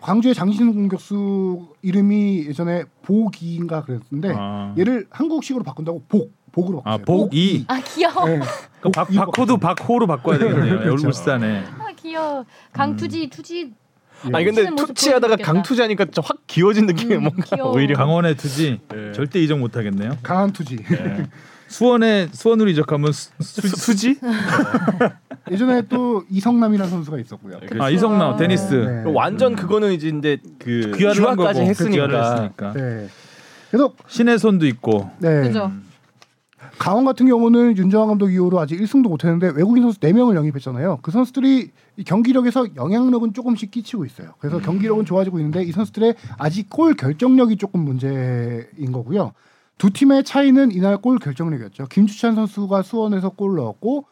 광주의 장신 공격수 이름이 예전에 보기인가 그랬는데
아.
얘를 한국식으로 바꾼다고 복 복으로
아
바꿨어요.
복이
아 귀여워.
네.
그럼 박,
복이
박호도 박호로 바꿔야 되겠네요.
그렇죠.
여기 울산에
아 귀여워.
음.
강투지 투지.
예.
아니 근데
무슨 모습
투치하다가
보여주겠다.
강투지하니까 좀 확 귀여워진 느낌이
음,
뭔가
귀여워.
오히려
강원의 투지
네.
절대 이적 못하겠네요.
강한 투지.
수원에 수원으로 이적하면 수, 지
예전에 또 이성남이라는 선수가 있었고요.
아 이성남 데니스
네.
완전 그거는 이제 근데 그
귀화를 한 거고
유학까지 했으니까.
귀화를 했으니까
네. 그래서
신의 손도 있고
네.
그죠.
음.
강원 같은 경우는 윤정환 감독 이후로 아직 1승도 못했는데 외국인 선수 4명을 영입했잖아요. 그 선수들이 이 경기력에서 영향력은 조금씩 끼치고 있어요. 그래서 경기력은 좋아지고 있는데 이 선수들의 아직 골 결정력이 조금 문제인 거고요. 두 팀의 차이는 이날 골 결정력이었죠. 김주찬 선수가 수원에서 골 넣었고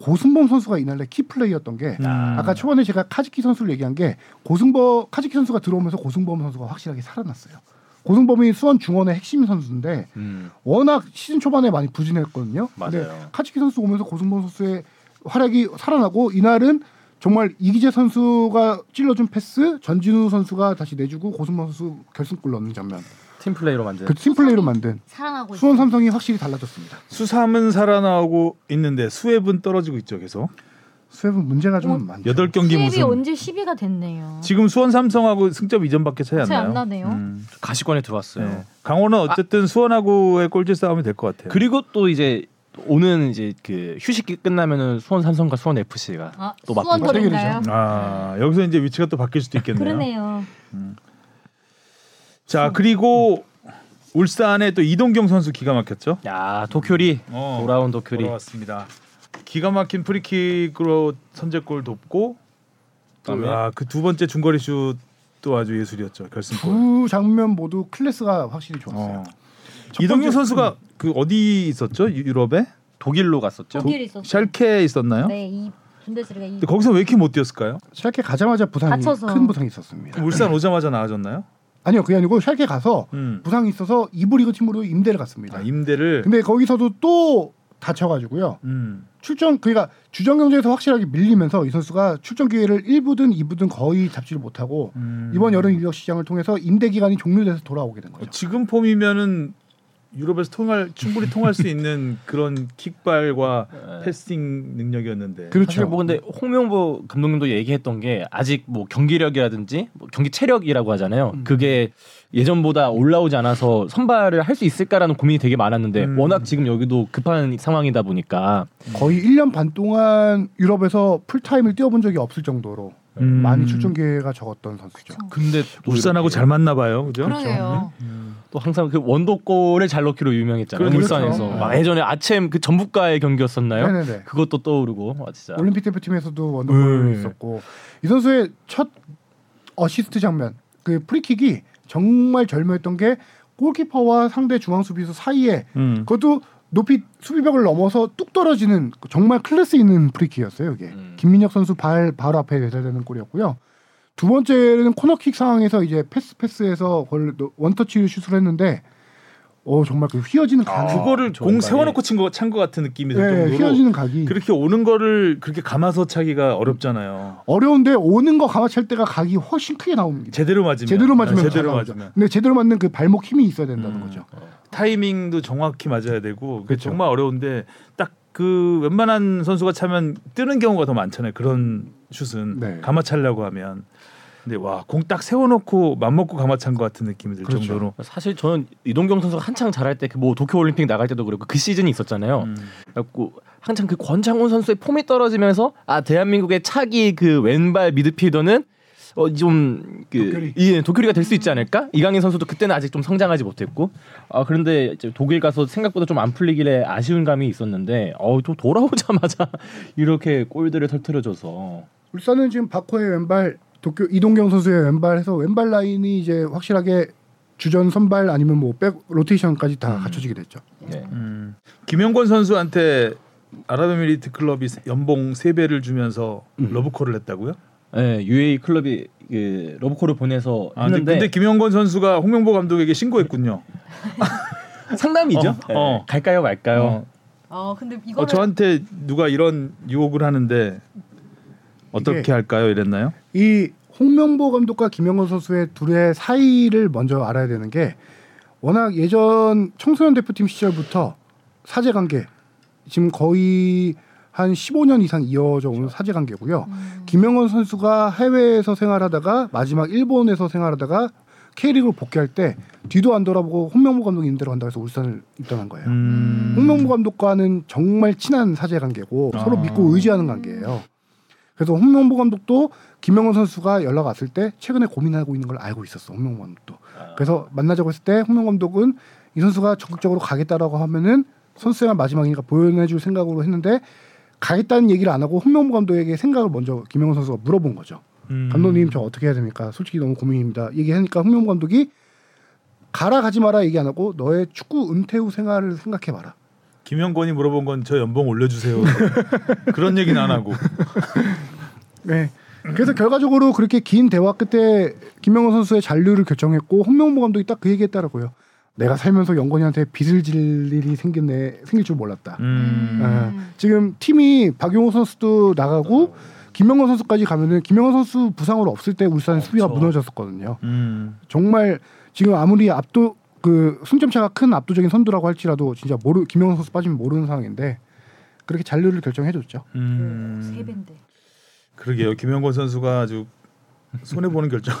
고승범 선수가 이날의 키플레이였던 게 아까 초반에 제가 카즈키 선수를 얘기한 게 고승범 카즈키 선수가 들어오면서 고승범 선수가 확실하게 살아났어요. 고승범이 수원 중원의 핵심 선수인데
음.
워낙 시즌 초반에 많이 부진했거든요.
맞아요.
카츠키 선수 오면서 고승범 선수의 활약이 살아나고 이날은 정말 이기재 선수가 찔러준 패스, 전진우 선수가 다시 내주고 고승범 선수 결승골 넣는 장면.
팀 플레이로 만든
그 팀플레이로 만든
살아나고 있어.
수원 삼성이 확실히 달라졌습니다.
수삼은 살아나오고 있는데 수웹은 떨어지고 있죠 계속
수협은 문제가 좀 많죠.
여덟 경기
수입이
무슨
언제 10위가 됐네요.
지금 수원 삼성하고 승점 2점밖에 차이 안
차이 안
나요.
나네요.
음.
가시관에 들어왔어요.
네. 강원은 어쨌든 수원하고의 꼴찌 싸움이 될 것 같아요.
그리고 또 이제 오는 이제 그 휴식기 끝나면은 수원 삼성과 수원 FC가
아,
또
수원
맞붙죠.
돌인가요?
아 여기서 이제 위치가 또 바뀔 수도 있겠네요.
그러네요.
자 그리고 울산에 또 이동경 선수 기가 막혔죠.
야 도쿄리
어.
돌아온 도쿄리
돌아왔습니다. 기가 막힌 프리킥으로 선제골 돕고
그다음에?
아그 두 번째 중거리 슛도 아주 예술이었죠 결승골.
두 장면 모두 클래스가 확실히 좋았어요.
어.
첫
이동규
번째-
선수가 그 어디 있었죠 유- 유럽에
독일로 갔었죠.
독일 있었어요.
샬케 있었나요?
네, 이 분데스리가 이
근데 거기서 왜 이렇게 못 뛰었을까요? 음.
샬케 가자마자 부상이
다쳐서.
큰 부상이 있었습니다.
그 울산 오자마자 나아졌나요?
아니요, 그게 아니고 샬케 가서
음.
부상이 있어서 이브리그 팀으로 임대를 갔습니다.
아, 임대를
근데 거기서도 또 다쳐가지고요.
음.
출전 그러니까 주전 경쟁에서 확실하게 밀리면서 이 선수가 출전 기회를 1부든 2부든 거의 잡지를 못하고
음.
이번 여름 인력 시장을 통해서 임대 기간이 종료돼서 돌아오게 된
어,
거죠.
지금 폼이면은 유럽에서 통할 충분히 통할 수 있는 그런 킥발과
네.
패스팅 능력이었는데
사실 뭐 근데 홍명보 감독님도 얘기했던 게 아직 뭐 경기력이라든지 뭐 경기 체력이라고 하잖아요.
음.
그게 예전보다 올라오지 않아서 선발을 할 수 있을까라는 고민이 되게 많았는데
음.
워낙 지금 여기도 급한 상황이다 보니까
거의 1년 반 동안 유럽에서 풀타임을 뛰어본 적이 없을 정도로
음.
많이 출전 기회가 적었던 선수죠.
근데 또
울산하고
이렇게
잘 맞나 봐요. 그죠? 그렇죠.
그러게요.
음.
또 항상 그 원도골을 잘 넣기로 유명했잖아요.
그렇죠.
울산에서
그렇죠.
막 예전에 아침 그 전북과의 경기였었나요?
네네네.
그것도 떠오르고 아, 진짜
올림픽 대표팀에서도 원더골이
네.
있었고 이 선수의 첫 어시스트 장면 그 프리킥이 정말 절묘했던 게 골키퍼와 상대 중앙 수비수 사이에
음.
그것도 높이 수비벽을 넘어서 뚝 떨어지는 정말 클래스 있는 프리킥이었어요. 이게
음.
김민혁 선수 발 바로 앞에 내달되는 골이었고요. 두 번째는 코너킥 상황에서 이제 패스 패스에서 그걸 또 원터치 슛을 했는데 어 정말 그 휘어지는 각
아, 그거를
좋은
공
말이.
세워놓고 친 거 찬 거 같은 느낌이 들
네,
정도로
휘어지는 각이
그렇게 오는 거를 그렇게 감아서 차기가 어렵잖아요.
어려운데 오는 거 감아찰 때가 각이 훨씬 크게 나옵니다.
제대로 맞으면
제대로 맞으면
네, 제대로
잘 나오죠.
맞으면
근데 제대로 맞는 그 발목 힘이 있어야 된다는
음.
거죠.
타이밍도 정확히 맞아야 되고 그게
그렇죠.
정말 어려운데 딱 그 웬만한 선수가 차면 뜨는 경우가 더 많잖아요. 그런 슛은
네.
감아차려고 하면 근데 와 공 딱 세워놓고 맘먹고 감아찬 것 같은 느낌이 들
그렇죠.
정도로
사실 저는 이동경 선수가 한창 잘할 때 그 뭐 도쿄 올림픽 나갈 때도 그렇고 그 시즌이 있었잖아요.
음.
그래갖고 한창 그 권창훈 선수의 폼이 떨어지면서 아 대한민국의 차기 그 왼발 미드필더는 어좀그
도쿄리.
예, 도쿄리가 될 수 있지 않을까? 이강인 선수도 그때는 아직 좀 성장하지 못했고 아 그런데 이제 독일 가서 생각보다 좀 안 풀리길래 아쉬운 감이 있었는데 어또 돌아오자마자 이렇게 골들을 터트려줘서
울산은 지금 바코의 왼발, 도쿄 이동경 선수의 왼발해서 왼발 라인이 이제 확실하게 주전 선발 아니면 뭐 백 로테이션까지 다 갖춰지게 됐죠.
네.
음. 김영권 선수한테 아랍에미리트 클럽이 연봉 3배를 주면서
음.
러브콜을 했다고요?
예, UAE 클럽이 그 러브콜을 보내서
아, 근데,
했는데
근데 김영권 선수가 홍명보 감독에게 신고했군요.
상담이죠.
어,
예,
어.
갈까요 말까요?
어,
어 근데 이거는
어, 저한테 누가 이런 유혹을 하는데 어떻게
이게-
할까요? 이랬나요?
이 홍명보 감독과 김영건 선수의 둘의 사이를 먼저 알아야 되는 게 워낙 예전 청소년 대표팀 시절부터 사제 관계 지금 거의 한 15년 이상 이어져 온 사제 관계고요.
음.
김영건 선수가 해외에서 생활하다가 마지막 일본에서 생활하다가 K리그로 복귀할 때 뒤도 안 돌아보고 홍명보 감독이 있는 대로 간다고 해서 울산을 입단한 거예요.
음.
홍명보 감독과는 정말 친한 사제 관계고
아.
서로 믿고 의지하는 관계예요. 그래서 홍명보 감독도 김영원 선수가 연락 왔을 때 최근에 고민하고 있는 걸 알고 있었어. 홍명보 감독도. 그래서 만나자고 했을 때 홍명 감독은 이 선수가 적극적으로 가겠다라고 하면은 선수랑 마지막이니까 보여내줄 생각으로 했는데 가겠다는 얘기를 안 하고 홍명보 감독에게 생각을 먼저 김영원 선수가 물어본 거죠.
음.
감독님 저 어떻게 해야 됩니까? 솔직히 너무 고민입니다. 얘기하니까 홍명보 감독이 가라 가지 마라 얘기 안 하고 너의 축구 은퇴 후 생활을 생각해 봐라.
김영권이 물어본 건 저 연봉 올려주세요. 그런 얘기는 안 하고.
네. 그래서 결과적으로 그렇게 긴 대화 끝에 김명훈 선수의 잔류를 결정했고 홍명보 감독이 딱 그 얘기했더라고요. 내가 살면서 영건이한테 빚을 질 일이 생겼네 생길 줄 몰랐다.
음.
아, 지금 팀이 박용호 선수도 나가고 김명건 선수까지 가면은 김명건 선수 부상으로 없을 때 울산 수비가 무너졌었거든요.
음.
정말 지금 아무리 압도 그 승점차가 큰 압도적인 선두라고 할지라도 진짜 모르 김명건 선수 빠지면 모르는 상황인데 그렇게 잔류를 결정해줬죠.
음.
세 배인데.
그러게요. 김영권 선수가 아주 손해 보는 결정을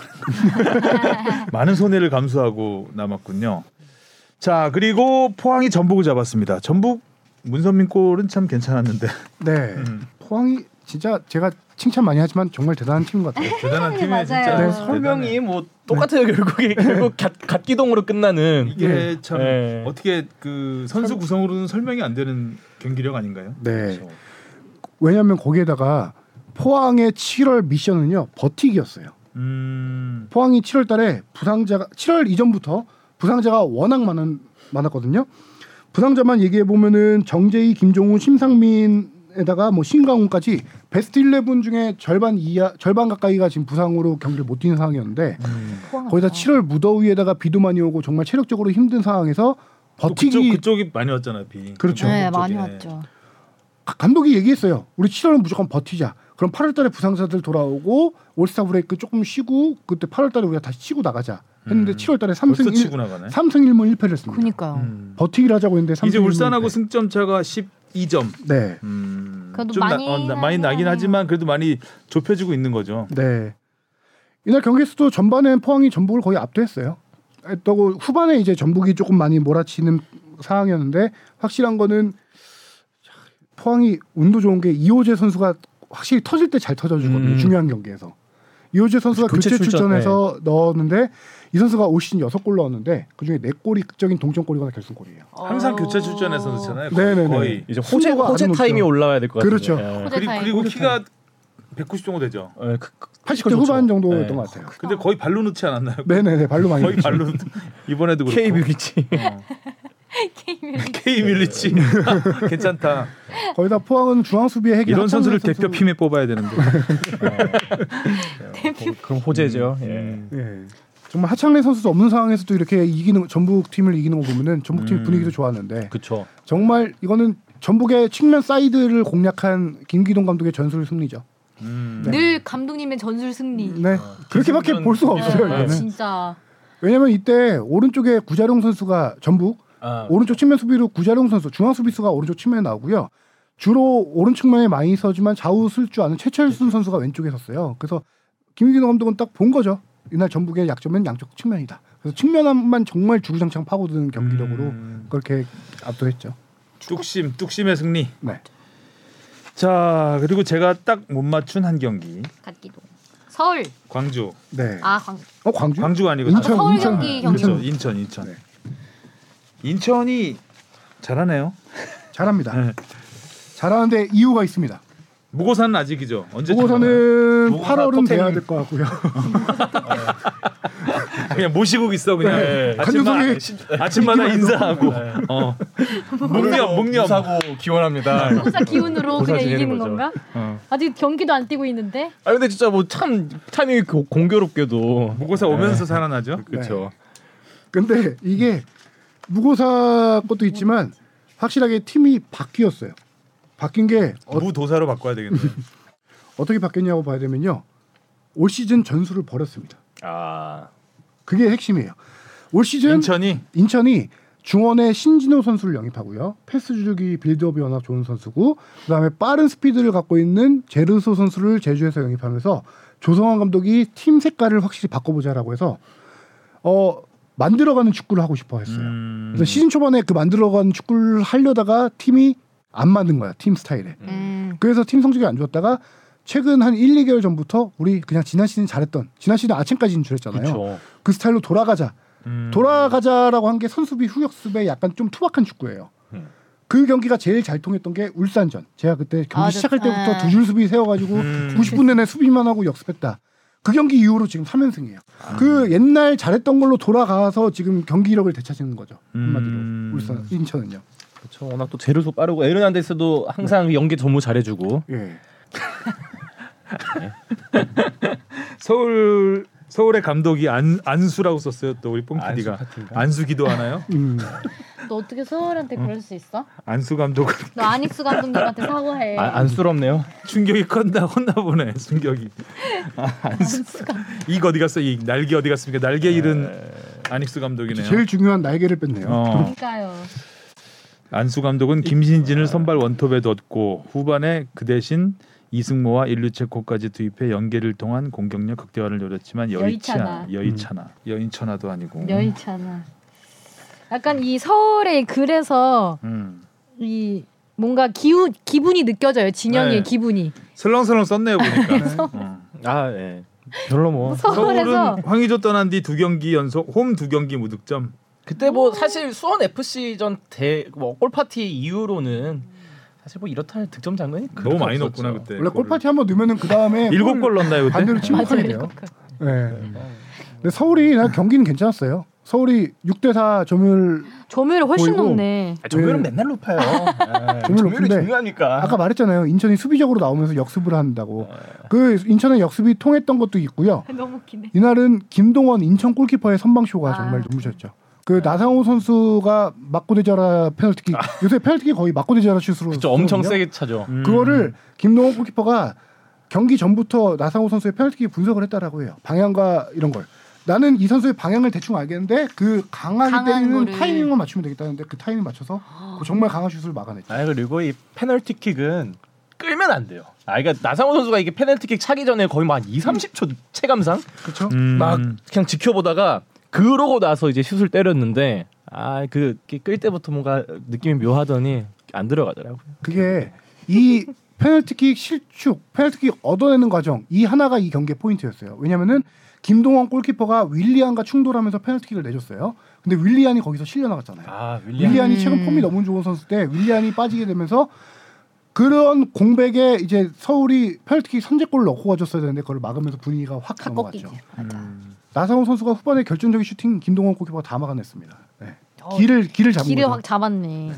했네요. 많은 손해를 감수하고 남았군요. 자 그리고 포항이 전북을 잡았습니다. 전북 문선민 골은 참 괜찮았는데
네.
음.
포항이 진짜 제가 칭찬 많이 하지만 정말 대단한 팀인 것 같아요.
대단한 팀이에요
맞아요.
진짜.
네,
설명이 뭐 똑같아요 결국에 결국 갓, 갓기동으로 끝나는
이게
네.
참
네.
어떻게 그 선수 구성으로는 설명이 안 되는 경기력 아닌가요?
네.
그렇죠.
왜냐하면 거기에다가 포항의 7월 미션은요 버티기였어요.
음.
포항이 7월달에 부상자가 7월 이전부터 부상자가 워낙 많은 많았거든요. 부상자만 얘기해 보면은 정재희, 김종우, 심상민에다가 뭐 신강훈까지 베스트 11 중에 절반 이하 절반 가까이가 지금 부상으로 경기를 못 뛰는 상황이었는데
아.
거기다 7월 무더위에다가 비도 많이 오고 정말 체력적으로 힘든 상황에서
또 그쪽,
버티기
그쪽이 많이 왔잖아요. 비.
그렇죠.
네
그쪽에.
많이 왔죠.
가- 감독이 얘기했어요. 우리 7월은 무조건 버티자. 그럼 8월달에 부상자들 돌아오고 올스타 브레이크 조금 쉬고 그때 8월달에 우리가 다시 치고 나가자. 했는데
음.
7월달에
벌써
3승 1,
치고 나가네.
승 1무 1패를 했습니다.
그니까요.
음.
버티기를 하자고 했는데 3승
이제 울산하고
1무
승점 차가 12점.
네.
음,
그래도
좀 나,
많이
어, 나- 많이 나긴
하네요.
하지만 그래도 많이 좁혀지고 있는 거죠.
네. 이날 경기에서도 전반엔 포항이 전북을 거의 압도했어요. 또 후반에 이제 전북이 조금 많이 몰아치는 상황이었는데 확실한 거는 포항이 운도 좋은 게 이호재 선수가 확실히 터질 때 잘 터져주거든요.
음.
중요한 경기에서. 이호재 선수가
교체
교체,
출전,
출전해서
네.
넣었는데 이 선수가 올 시즌 6골 넣었는데 그중에 4골이 극적인 동점골이거나 결승골이에요.
어.
항상 교체 출전해서 넣잖아요. 거의.
네네네.
거의.
이제 호재
순도가 안
호재
높죠.
타임이 올라와야 될 것 예. 같아요.
그렇죠.
호재
그리,
타임.
그리고
호재
키가 190 정도 되죠.
예, 그,
80대 후반 정도였던 것 같아요.
근데 네.
어.
거의 발로 넣지 않았나요?
네네네 발로 많이
거의
넣었죠.
발로 넣- 이번에도 그렇고.
K 뷰이지.
K 밀리치.
네. 괜찮다.
거기다 포항은 중앙 수비의 핵이
이런
하창민
선수를 대표
선수로-
팀에 뽑아야 되는데.
어, 그럼 호재죠. 예.
음. 네.
예. 정말 하창래 선수도 없는 상황에서도 이렇게 이기는 전북 팀을 이기는 거 보면은 전북 팀
음.
분위기도 좋았는데
그쵸.
정말 이거는 전북의 측면 사이드를 공략한 김기동 감독의 전술 승리죠.
음.
네.
늘 감독님의 전술 승리.
네 그렇게밖에
기승전-
볼 수가
네,
없어요. 이거는.
진짜.
왜냐면 이때 오른쪽에 구자룡 선수가 전북
아,
오른쪽 측면 수비로 구자룡 선수 중앙 수비수가 오른쪽 측면에 나오고요. 주로 오른 측면에 많이 서지만 좌우 쓸 줄 아는 최철순 선수가 왼쪽에 섰어요. 그래서 김기동 감독은 딱 본 거죠. 이날 전북의 약점은 양쪽 측면이다. 그래서 측면만 정말 주구장창 파고드는 경기력으로 그렇게 압도했죠.
뚝심, 뚝심의 승리.
네.
자, 그리고 제가 딱 못 맞춘 한 경기.
갓기도. 서울.
광주.
네.
아 광.
어 광주?
광주가 아니고
인천,
서울
인천.
경기 경기.
그렇죠. 인천, 인천.
네.
인천이 잘하네요.
잘합니다.
네.
잘하는데 이유가 있습니다.
무고사는 아직이죠. 언제
보고서는
무고사
8월은 돼야
토템.
될 것 같고요.
참아요? 그냥 모시고 있어 그냥. 네.
한효성이
아침마다 인사하고. 어. 묵념, 묵념.
사고 기원합니다.
고사 기운으로
고사
그냥
지내는
이기는
거죠.
건가?
어.
아직 경기도 안 뛰고 있는데.
아 근데 진짜 뭐 참 타이밍이 고- 공교롭게도
무고사 오면서 살아나죠.
그렇죠.
근데 이게 무고사 것도 있지만 확실하게 팀이 바뀌었어요. 바뀐 게 어,
네. 무도사로 바꿔야 되겠네요.
떻게 바뀌었냐고 봐야 되면요. 올 시즌 전술을 버렸습니다.
아
그게 핵심이에요. 올 시즌
인천이
인천이 중원에 신진호 선수를 영입하고요. 패스 주기 빌드업이 워낙 좋은 선수고 그다음에 빠른 스피드를 갖고 있는 제르소 선수를 제주에서 영입하면서 조성환 감독이 팀 색깔을 확실히 바꿔보자라고 해서 어 만들어가는 축구를 하고 싶어 했어요.
음,
그래서 시즌 초반에 그 만들어가는 축구를 하려다가 팀이 안 맞는 거야 팀 스타일에.
음.
그래서 팀 성적이 안 좋았다가 최근 한 1, 2개월 전부터 우리 그냥 지난 시즌 잘했던 지난 시즌 아침까지 진출했잖아요.
그렇죠.
그 스타일로 돌아가자.
음.
돌아가자라고 한 게 선수비 후역습에 약간 좀 투박한 축구예요.
음.
그 경기가 제일 잘 통했던 게 울산전. 제가 그때 경기
아, 저-
시작할 때부터
아.
두 줄 수비 세워가지고
음.
90분 내내 수비만 하고 역습했다. 그 경기 이후로 지금 3연승이에요.
아.
그 옛날 잘했던 걸로 돌아가서 지금 경기력을 되찾는 거죠. 한마디로
음.
울산 인천은요.
그렇죠. 워낙 또 제르소 빠르고 에르난데스도 항상 연계 전무 잘해주고
예.
서울 서울의 감독이 안 안수라고 썼어요. 또 우리 뽕
안수
PD가
파티인가?
안수 기도하나요?
음.
너 어떻게 서울한테 그럴 수 있어?
안수 감독은
너 안익수 감독님한테 사과해.
아, 안쓰럽네요.
충격이 컸나 혼나 보네. 충격이. 아, 안수. 이익 어디 갔어? 이익 날개 어디 갔습니까? 날개
네.
잃은 안익수 감독이네요.
제일 중요한 날개를 뺐네요.
어.
그러니까요.
안수 감독은 김신진을 선발 원톱에 뒀고 후반에 그 대신 이승모와 일루체코까지 투입해 연계를 통한 공격력 극대화를 노렸지만 여의치 않-
여의차나.
여의차나
음.
여인천하도 아니고
여의잖아. 약간 이 서울에 그래서
음.
이 뭔가 기운 기분이 느껴져요. 진영이의
네.
기분이.
슬렁슬렁 썼네요 보니까. 어.
아 예. 별로 뭐
서울에서
서울은 황의조 떠난 뒤 두 경기 연속 홈 두 경기 무득점.
그때 뭐 사실 수원 FC 전대뭐 골파티 이후로는 사실 뭐 이렇다는 득점 장면이
너무
그렇게
많이
없었죠.
넣었구나 그때.
원래 골파티 한번 넣으면은 그 다음에
일곱 골 넣었나요
네.
그때?
반대로 침묵하게 돼요. 예.
음.
근데 서울이 난 경기는 괜찮았어요. 서울이 6대4 점유율
조율이 훨씬
보이고.
높네.
아, 조율은
네.
맨날 높아요. 예,
조율
조율이
높은데
중요하니까.
아까 말했잖아요. 인천이 수비적으로 나오면서 역습을 한다고.
아, 예.
그 인천의 역습이 통했던 것도 있고요.
너무 기네.
이날은 김동원 인천 골키퍼의 선방쇼가
아.
정말 눈부셨죠.
네.
그 나상호 선수가 맞고 대자라 페널티킥 요새 페널티킥 거의 맞고 대자라 슛으로
아. 그렇죠. 엄청
쓰거든요.
세게 차죠.
음.
그거를 김동원 골키퍼가 경기 전부터 나상호 선수의 페널티킥 분석을 했다라고 해요. 방향과 이런 걸. 나는 이 선수의 방향을 대충 알겠는데 그 강하게
강한
때리는
거를.
타이밍만 맞추면 되겠다는데 그 타이밍 맞춰서 그 정말 강한 슛을 막아냈죠.
아 그리고 이 페널티킥은 끌면 안 돼요. 아 그러니까 나상호 선수가 이게 페널티킥 차기 전에 거의 뭐 막 2, 30초 체감상
그렇죠?
음.
막 그냥 지켜보다가 그러고 나서 이제 슛을 때렸는데 아그끌 때부터 뭔가 느낌이 묘하더니 안 들어가더라고요.
그게 이 페널티킥 실축, 페널티킥 얻어내는 과정 이 하나가 이 경기의 포인트였어요. 왜냐면은 김동원 골키퍼가 윌리안과 충돌하면서 페널티킥을 내줬어요. 근데 윌리안이 거기서 실려 나갔잖아요.
아
윌리안이
음.
최근 폼이 너무 좋은 선수 때 윌리안이 빠지게 되면서 그런 공백에 이제 서울이 페널티킥 선제골을 넣고 가줬어야 되는데 그걸 막으면서 분위기가 확 음.
다 꺾이지.
넘어갔죠.
맞아.
나상호 선수가 후반에 결정적인 슈팅 김동원 골키퍼가 다 막아냈습니다. 네.
어,
길을 길을 잡는
길을
거죠.
확 잡았네.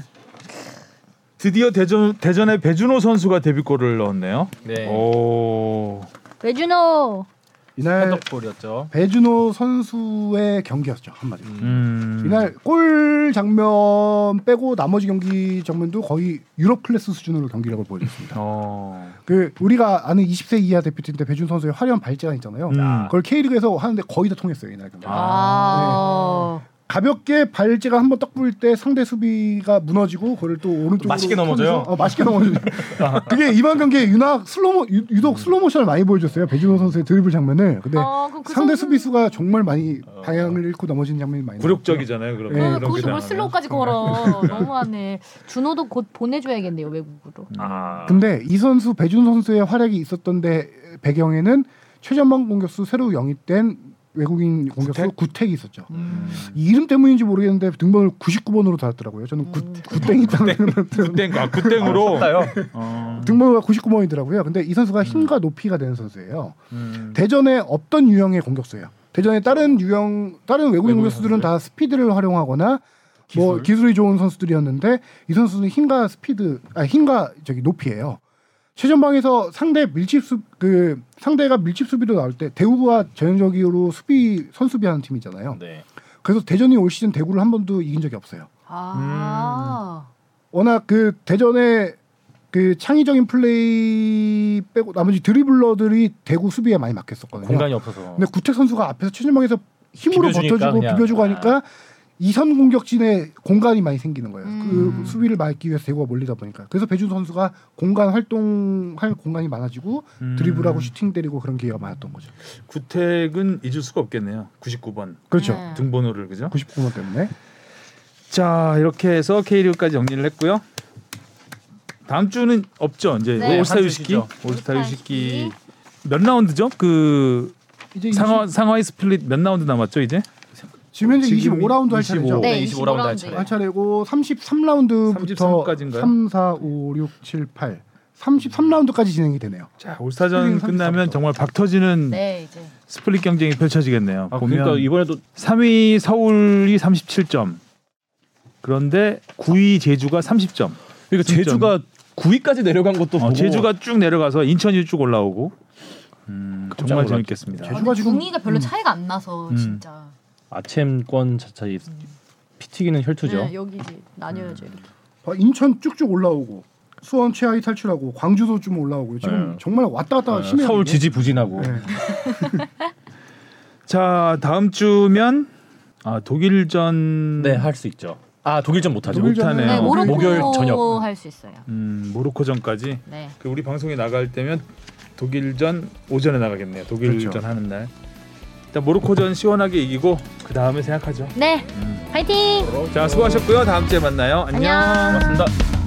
드디어 대전 대전의 배준호 선수가 데뷔골을 넣었네요.
네.
오.
외준호 네.
이날
헤더볼이었죠.
배준호 선수의 경기였죠 한마디로.
음.
이날 골 장면 빼고 나머지 경기 장면도 거의 유럽 클래스 수준으로 경기력을 보여줬습니다.
어.
그 우리가 아는 20세 이하 대표팀 때 배준 선수의 화려한 발재간 있잖아요.
음.
그걸 K리그에서 하는데 거의 다 통했어요 이날 경기.
아.
아.
가볍게 발재가 한번 떡불 때 상대 수비가 무너지고 그걸 또 오른쪽으로
맛있게
펴면서-
넘어져요?
어, 맛있게 넘어져요. 그게 이번 경기에 유낙 슬로모 유-
음.
유독 슬로 모션을 많이 보여줬어요. 배준호 선수의 드리블 장면을. 근데
아, 그럼 그
네. 상대
선수-
수비수가 정말 많이
어.
방향을 잃고 넘어지는 장면이 많이.
굴욕적이잖아요. 그러면
네,
그러면
그런
거기서
기사
뭘
나오면.
슬로우까지 걸어. 너무하네. 준호도 곧 보내줘야겠네요 외국으로.
아.
나왔어요. 근데 이 선수 배준 선수의 활약이 있었던데 배경에는 최전방 공격수 새로 영입된 외국인 공격수 구택이 있었죠. 이 이름 때문인지 모르겠는데 등번을 99번으로 달았더라고요. 저는 구, 음. 구땡이 땅을
굿땡 아, 굿땡으로.
나요.
어.
등번호가 99번이더라고요. 근데 이 선수가 힘과 높이가 되는 선수예요.
음.
대전에 없던 유형의 공격수예요. 대전에 다른 유형 다른 외국인 공격수들은 다 스피드를 활용하거나 뭐 기술이 좋은 선수들이었는데 이 선수는 힘과 스피드 아 힘과 저기 높이예요. 최전방에서 상대 밀집 수그 상대가 밀집 수비로 나올 때 대구가 전형적으로 수비 선수비하는 팀이잖아요.
네.
그래서 대전이 올 시즌 대구를 한 번도 이긴 적이 없어요.
아.
워낙 그 대전의 그 창의적인 플레이 빼고 나머지 드리블러들이 대구 수비에 많이 막혔었거든요.
공간이 없어서.
네. 근데 구택 선수가 앞에서 최전방에서 힘으로
비벼주니까
버텨주고
그냥.
비벼주고 하니까 이선 공격진에 공간이 많이 생기는 거예요.
음.
그 수비를 막기 위해서 대구가 몰리다 보니까 그래서 배준 선수가 공간 활동할 공간이 많아지고
음.
드리블하고 슈팅 때리고 그런 기회가 많았던 거죠.
구택은 잊을 수가 없겠네요. 99번
그렇죠.
네.
등번호를 그죠?
99번 때문에
자 이렇게 해서 K리그까지 정리를 했고요. 다음 주는 없죠. 이제
네,
올스타
다음
유식기,
주시죠.
올스타
올스타
유식기
유식기.
몇 라운드죠? 그
네, 이제
상하 상하이 스플릿 몇 라운드 남았죠 이제?
지금 현재
지금
25라운드 할
25.
차례죠.
네,
25 라운드 할
25
차례.
할 차례고 33라운드부터
33까지 인가요?
3, 4, 5, 6, 7, 8 33라운드까지 진행이 되네요.
자 올스타전 끝나면 정말 박 터지는
네 이제.
스플릿 경쟁이 펼쳐지겠네요.
아,
보면
그러니까 이번에도
3위 서울이 37점. 그런데 9위 제주가 30점.
그러니까
진짜.
제주가 9위까지 내려간 것도
어,
보고
제주가 쭉 내려가서 인천이 쭉 올라오고. 음,
깜짝
정말
놀랐죠.
재밌겠습니다.
제주가 지금
공이가 별로 차이가 안 나서
음.
진짜.
아챔권 자차이 피튀기는 혈투죠.
네, 여기지 나뉘어져 이렇게.
봐, 인천 쭉쭉 올라오고 수원 최하위 탈출하고 광주도 좀 올라오고 지금
네.
정말 왔다 갔다
어,
심해요.
서울
이게.
지지부진하고
네.
자 다음 주면 아, 독일전
네 할 수 있죠. 아 독일전 못하죠.
독일전- 못하네요.
네,
어,
모로코
목요일 저녁.
할 수 있어요.
음, 모로코전까지
네.
그 우리 방송에 나갈 때면 독일전 오전에 나가겠네요. 독일전
그렇죠.
하는 날. 일단 모로코전 시원하게 이기고 그 다음에 생각하죠.
네. 파이팅.
자 수고하셨고요. 다음 주에 만나요. 안녕.
안녕.
고맙습니다.